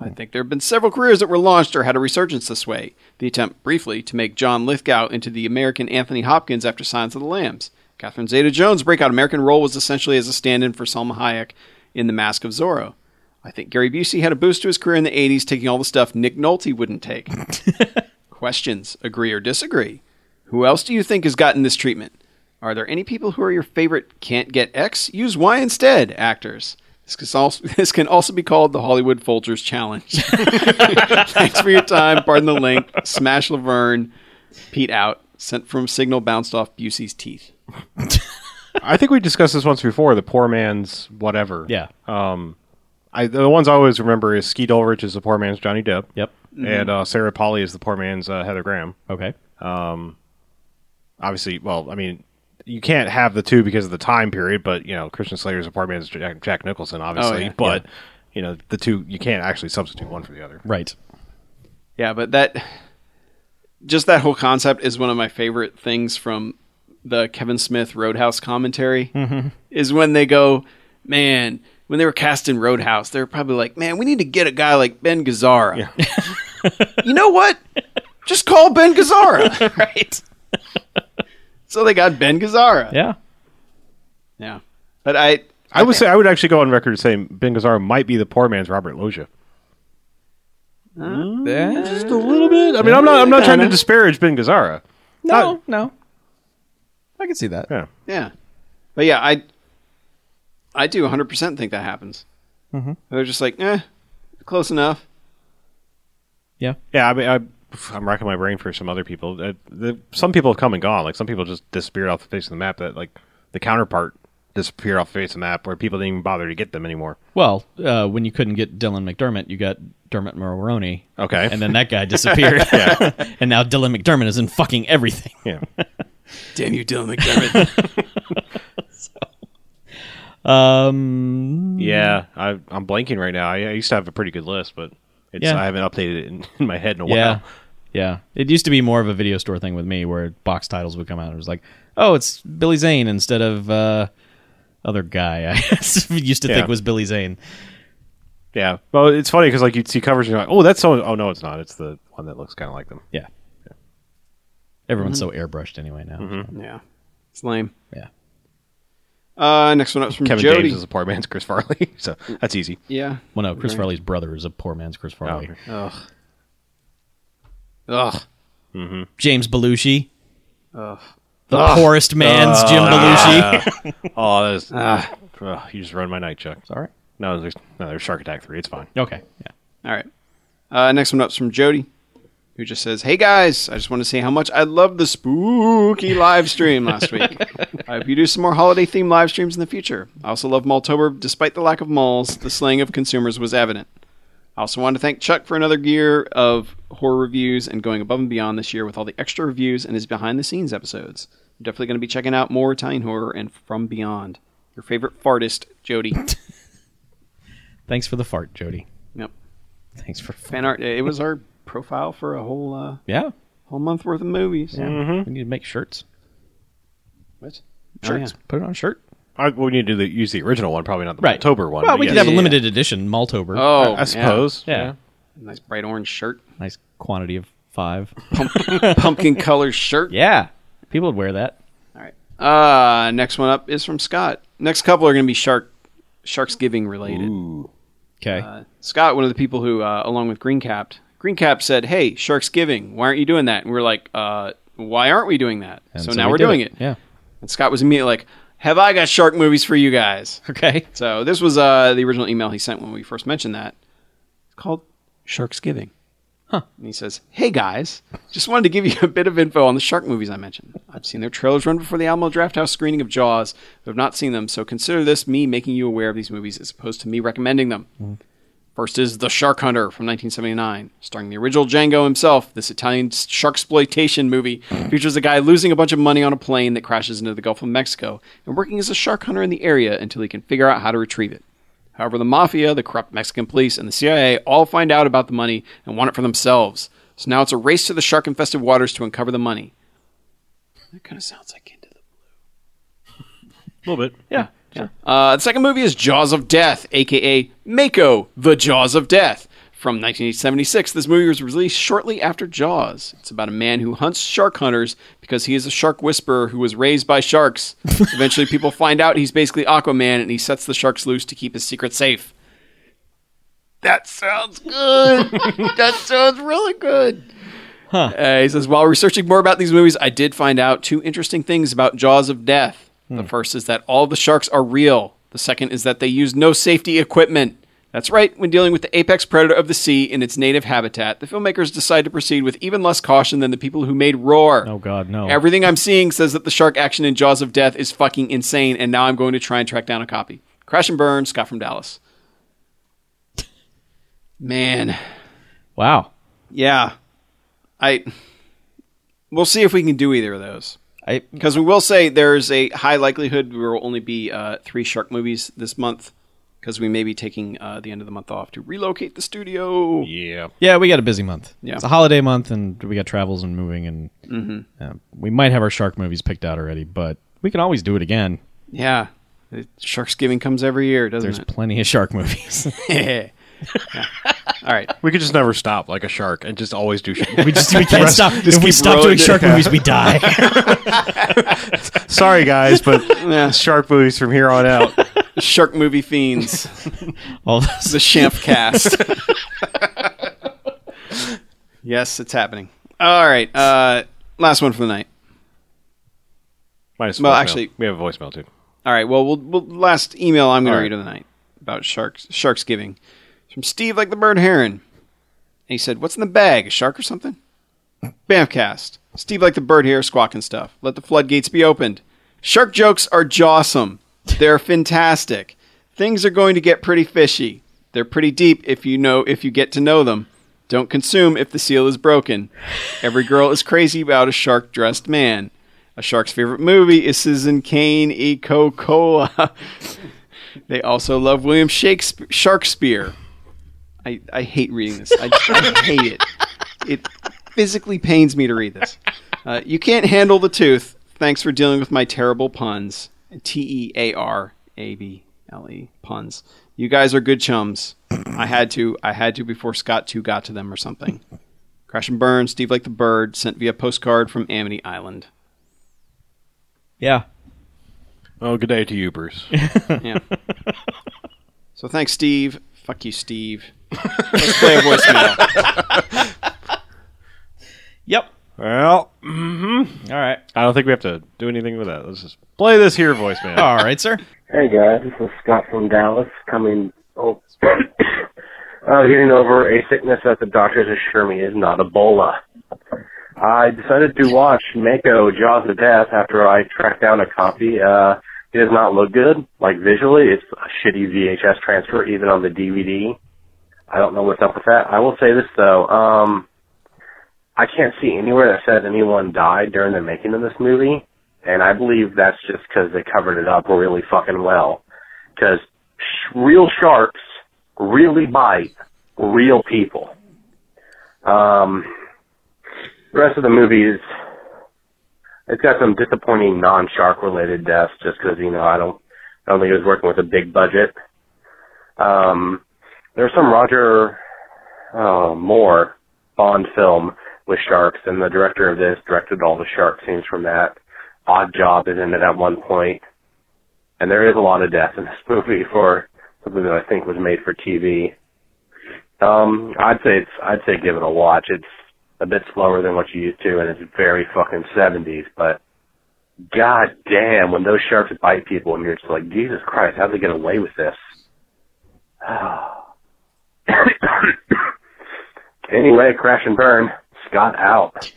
A: I think there have been several careers that were launched or had a resurgence this way. The attempt, briefly, to make John Lithgow into the American Anthony Hopkins after Silence of the Lambs. Catherine Zeta Jones' breakout American role was essentially as a stand in for Salma Hayek in The Mask of Zorro. I think Gary Busey had a boost to his career in the 80s, taking all the stuff Nick Nolte wouldn't take. Questions agree or disagree? Who else do you think has gotten this treatment? Are there any people who are your favorite can't get X? Use Y instead, actors. This can also, this can also be called the Hollywood Folgers Challenge. Thanks for your time. Pardon the link. Smash Laverne. Pete out. Sent from signal bounced off Busey's teeth.
B: I think we discussed this once before. The poor man's whatever.
C: Yeah.
B: I, the ones I always remember is Skeet Ulrich is the poor man's Johnny Depp.
C: yep.
B: and uh, Sarah Polly is the poor man's uh, Heather Graham.
C: Okay.
B: Obviously, well, I mean, you can't have the two because of the time period, but you know, Christian Slater's the poor man's Jack, Jack Nicholson, obviously,
A: Oh, yeah.
B: but you know, the two you can't actually substitute one for the other.
C: Right.
A: Yeah, but that just that whole concept is one of my favorite things from the Kevin Smith Roadhouse commentary. Is when they go, man, when they were casting Roadhouse, they were probably like, man, we need to get a guy like Ben Gazzara. you know what? Just call Ben Gazzara.
C: Right.
A: so they got Ben Gazzara.
C: Yeah.
A: Yeah. But I,
B: I would say I would actually go on record saying Ben Gazzara might be the poor man's Robert Loggia. Just a little bit. I mean, I'm not. I'm not trying to disparage Ben Gazzara. No,
C: no. I can see that.
B: Yeah.
A: Yeah, but yeah, I I do 100 Mm-hmm. percent think that happens. They're just like, eh, close enough.
C: Yeah.
B: Yeah, I mean, I, I'm racking my brain for some other people. Uh, the, some people have come and gone. Like some people just disappeared off the face of the map. That like the counterpart disappeared off the face of the map, where people didn't even bother to get them anymore.
C: Well, uh, when you couldn't get Dylan McDermott, you got Dermot Mulroney.
B: Okay.
C: And then that guy disappeared. and now Dylan McDermott is in fucking everything.
B: Yeah,
A: Damn you, Dylan McDermott.
C: Um,
B: yeah. I, I'm blanking right now. I, I used to have a pretty good list, but it's,
C: Yeah.
B: I haven't updated it in, in my head in a while.
C: yeah. Yeah. It used to be more of a video store thing with me where box titles would come out. It was like, oh, it's Billy Zane instead of uh, other guy I used to
B: Yeah.
C: think was Billy Zane.
B: Yeah. Well, it's funny because like you'd see covers and you're like, oh, that's so. Oh no, it's not. It's the one that looks kind of like them.
C: Yeah. Everyone's so airbrushed anyway now.
A: yeah, it's lame.
C: Yeah.
A: Uh, next one up is
C: Mm,
A: from
B: Kevin
A: Jody.
B: James is a poor man's Chris Farley, so that's easy.
A: yeah.
C: Well, no, Chris Farley's brother is a poor man's Chris Farley.
A: Ugh. Ugh.
C: James Belushi,
A: Ugh.
C: the poorest man's Jim Belushi.
B: Oh, that is,
C: Ah.
B: Ugh, you just ruined my night, Chuck.
C: Sorry.
B: No, there's no, there's Shark Attack three. It's fine.
C: Okay. Yeah.
A: All right. Uh, next one up's from Jody, who just says, "Hey guys, I just want to say how much I loved the spooky live stream last week. I hope you do some more holiday themed live streams in the future. I also love Maltober. Despite the lack of malls, the slaying of consumers was evident. I also wanted to thank Chuck for another year of horror reviews and going above and beyond this year with all the extra reviews and his behind the scenes episodes. I'm definitely going to be checking out more Italian horror and from beyond. Your favorite fartist, Jody.
C: Thanks for the fart, Jody.
A: yep.
C: Thanks for
A: Fan art. It was our profile for a whole. Uh,
C: Yeah.
A: whole month worth of movies.
C: We need to make shirts.
A: What?
C: Shirts. Put it on a shirt.
B: I, well, we need to do the, use the original one, probably not the
C: Right.
B: October one.
C: Well,
B: but
C: we could
B: yes.
C: have a
A: yeah,
C: limited edition Maltober.
A: Oh,
B: I suppose.
C: yeah.
A: Nice bright orange shirt,
C: Nice quantity of five.
A: pumpkin color shirt.
C: yeah. People would wear that.
A: All right. Uh next one up is from Scott. Next couple are going to be shark, sharks giving related.
C: Okay.
A: Uh, Scott, one of the people who, uh, along with Greencapped, Greencap said, "Hey, sharks giving. Why aren't you doing that?" And we are like, uh, "Why aren't we doing that?"
C: And
A: So, now
C: we
A: we're
C: did
A: doing it.
C: Yeah.
A: And Scott was immediately like, "Have I got shark movies for you guys?"
C: Okay.
A: So this was uh, the original email he sent when we first mentioned that. It's called Sharksgiving. Huh. And he says, Hey guys, just wanted to give you a bit of info on the shark movies I mentioned. I've seen their trailers run before the Alamo Drafthouse screening of Jaws, but have not seen them, so consider this me making you aware of these movies as opposed to me recommending them. First is The Shark Hunter from 1979, starring the original Django himself. This Italian shark exploitation movie features a guy losing a bunch of money on a plane that crashes into the Gulf of Mexico and working as a shark hunter in the area until he can figure out how to retrieve it. However, the mafia, the corrupt Mexican police, and the CIA all find out about the money and want it for themselves. So now it's a race to the shark infested waters to uncover the money. That kind of sounds like Into the
B: a little bit.
A: yeah. Uh, the second movie is Jaws of Death, aka Mako, The Jaws of Death. From 1976, this movie was released shortly after Jaws. It's about a man who hunts shark hunters because he is a shark whisperer who was raised by sharks. Eventually, people find out he's basically Aquaman and he sets the sharks loose to keep his secret safe. That sounds good. that sounds really good. Uh, he says, while researching more about these movies, I did find out two interesting things about Jaws of Death.
C: Hmm.
A: The first is that all the sharks are real. The second is that they use no safety equipment. That's right, when dealing with the apex predator of the sea in its native habitat, the filmmakers decide to proceed with even less caution than the people who made Roar.
C: Oh, God, no.
A: Everything I'm seeing says that the shark action in Jaws of Death is fucking insane, and now I'm going to try and track down a copy. Crash and burn, Scott from Dallas. Man.
C: wow.
A: Yeah. I we'll see if we can do either of those.
C: I
A: Because we will say there's a high likelihood there will only be uh, three shark movies this month because we may be taking uh, the end of the month off to relocate the studio.
B: Yeah.
C: Yeah, we got a busy month.
A: Yeah.
C: It's a holiday month, and we got travels and moving, and
A: Mm-hmm.
C: uh, we might have our shark movies picked out already, but we can always do it again.
A: Yeah. It- Sharksgiving comes every year, doesn't
C: There's plenty of shark movies.
A: it? All right.
B: We could just never stop like a shark and just always do. Sh-
C: we just we can't stop. if we
A: keep
C: stop
A: rolling
C: doing
A: it.
C: shark movies, we die.
B: Sorry guys, but shark movies from here on out.
A: Shark movie fiends,
C: All
A: the
C: those,
A: Shamp cast. yes, it's happening. All right. Uh, last one for the night.
B: Might as
A: Well,
B: voicemail.
A: actually-
B: we have a voicemail too.
A: All right. Well, we'll, we'll last email I'm going
B: All
A: to read
B: right.
A: of the night about sharks sharks giving from Steve like the bird heron, And he said, What's in the bag? A shark or something? Bamcast. Steve like the bird here, squawking stuff. Let the floodgates be opened. Shark jokes are jawsome. They're fantastic. Things are going to get pretty fishy. They're pretty deep if you know if you get to know them. Don't consume if the seal is broken. Every girl is crazy about a shark dressed man. A shark's favorite movie is Citizen Kane E. Coca. they also love William Shakespeare. Sharkspere. I, I hate reading this. I, I hate it. It physically pains me to read this. Uh, you can't handle the tooth. Thanks for dealing with my terrible puns. T E A R A B L E puns. You guys are good chums. I had to. I had to before Scott too got to them or something. Crash and burn. Steve like the bird. Sent via postcard from Amity Island.
C: Yeah.
B: Oh, good day to you, Bruce.
A: Yeah. so thanks, Steve. Fuck you, Steve. Let's play a voicemail.
C: Yep.
B: well,
C: All right.
B: I don't think we have to do anything with that. Let's just play this here voicemail.
C: All right, sir.
E: Hey guys, this is Scott from Dallas coming. Oh, uh, getting over a sickness that the doctors assure me is not Ebola. I decided to watch Mako Jaws of Death after I tracked down a copy. Uh, it does not look good, like visually. It's a shitty VHS transfer, even on the DVD. I don't know what's up with that. I will say this though. Um, I can't see anywhere that says anyone died during the making of this movie and I believe that's just because they covered it up really fucking well. Because sh- real sharks really bite real people. Um, the rest of the movie is it's got some disappointing non-shark related deaths, just because you know I don't I don't think it was working with a big budget. Um, there's some Roger uh, Moore Bond film with sharks, and the director of this directed all the shark scenes from that odd job is in it at one point. And there is a lot of death in this movie for something that I think was made for TV. Um, I'd say it's, I'd say give it a watch. It's a bit slower than what you used to, and it's very fucking seventies. But god damn, when those sharks bite people, and you're just like, Jesus Christ, how'd they get away with this? anyway, crash and burn. Scott out.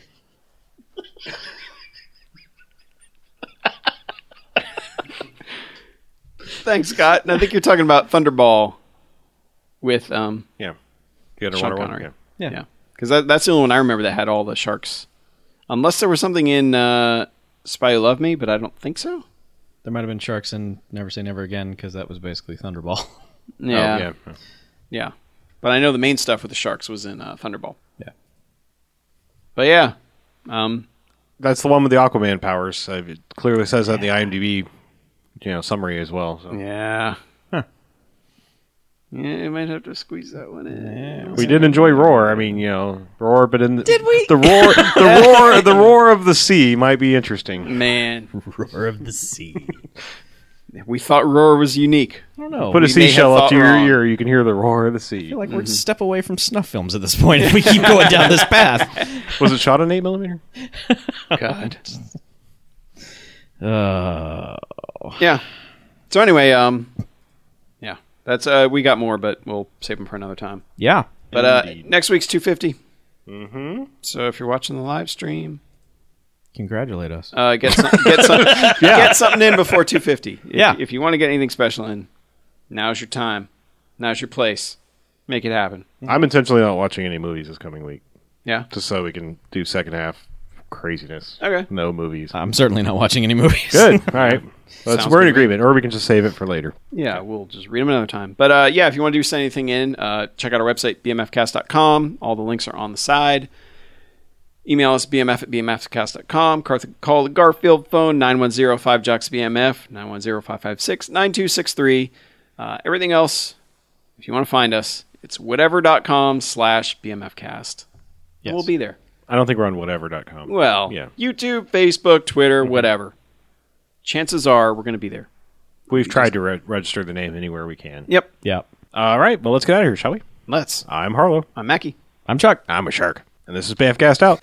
A: Thanks, Scott. And I think you're talking about Thunderball with um
B: Yeah. You got a
A: Sean
B: Wonder Woman?
A: Connery.
B: Yeah.
A: yeah because that, that's the only one I remember that had all the sharks. Unless there was something in uh, Spy Who Loved Me, but I don't think so.
C: There might have been sharks in Never Say Never Again because that was basically Thunderball.
B: Oh,
A: Yeah, yeah,
B: yeah.
A: But I know the main stuff with the sharks was in uh, Thunderball.
C: Yeah.
A: But yeah, um,
B: That's the one with the Aquaman powers. Uh, It clearly says that in the IMDb, you know, summary as well. So.
A: yeah. Yeah, you might have to squeeze that one in.
B: We did enjoy roar. I mean, you know, roar, but in the, did we? the roar, the roar, the roar of the sea might be interesting.
A: Man,
C: Roar of the sea.
A: we thought Roar was unique.
C: I don't know.
B: Put a
A: We may have
B: seashell up to
A: thought
B: your
A: wrong.
B: ear, you can hear the roar of the sea.
C: feel like we're a step away from snuff films at this point if we keep going down this path.
B: Was it shot in eight millimeter?
A: God.
C: Uh,
A: yeah. So anyway, um, yeah, that's uh, we got more, but we'll save them for another time.
C: yeah.
A: But uh, next week's two Mm-hmm. So if you're watching the live stream,
C: Congratulate us.
A: uh, get some, get some, get something in before two fifty.
C: Yeah.
A: If you want to get anything special in, now's your time. Now's your place. Make it happen.
B: I'm intentionally not watching any movies this coming week,
A: Yeah.
B: just so we can do second half craziness.
A: Okay.
B: No movies.
C: I'm certainly not watching any movies.
B: Good. All right. Let's,
A: Sounds
B: we're in
A: good.
B: agreement, or we can just save it for later.
A: Yeah, we'll just read them another time. But uh, yeah, if you want to do send anything in, uh, check out our website, bmfcast.com. All the links are on the side. Email us, bmf at bmfcast.com. Car- Call the Garfield phone, 910-5-JOCKS-BMF, 910-556-9263. Uh, everything else, if you want to find us, it's whatever.com slash bmfcast. And We'll be there.
B: I don't think we're on whatever.com.
A: Well,
B: Yeah.
A: YouTube, Facebook, Twitter, whatever. Chances are we're going to be there.
B: We've tried to re- register the name anywhere we can.
A: Yep.
C: Yeah.
B: All right. Well, let's get out of here, shall we?
A: Let's.
B: I'm Harlow.
A: I'm Mackie.
C: I'm Chuck.
B: I'm a shark. And this is BFcast Out.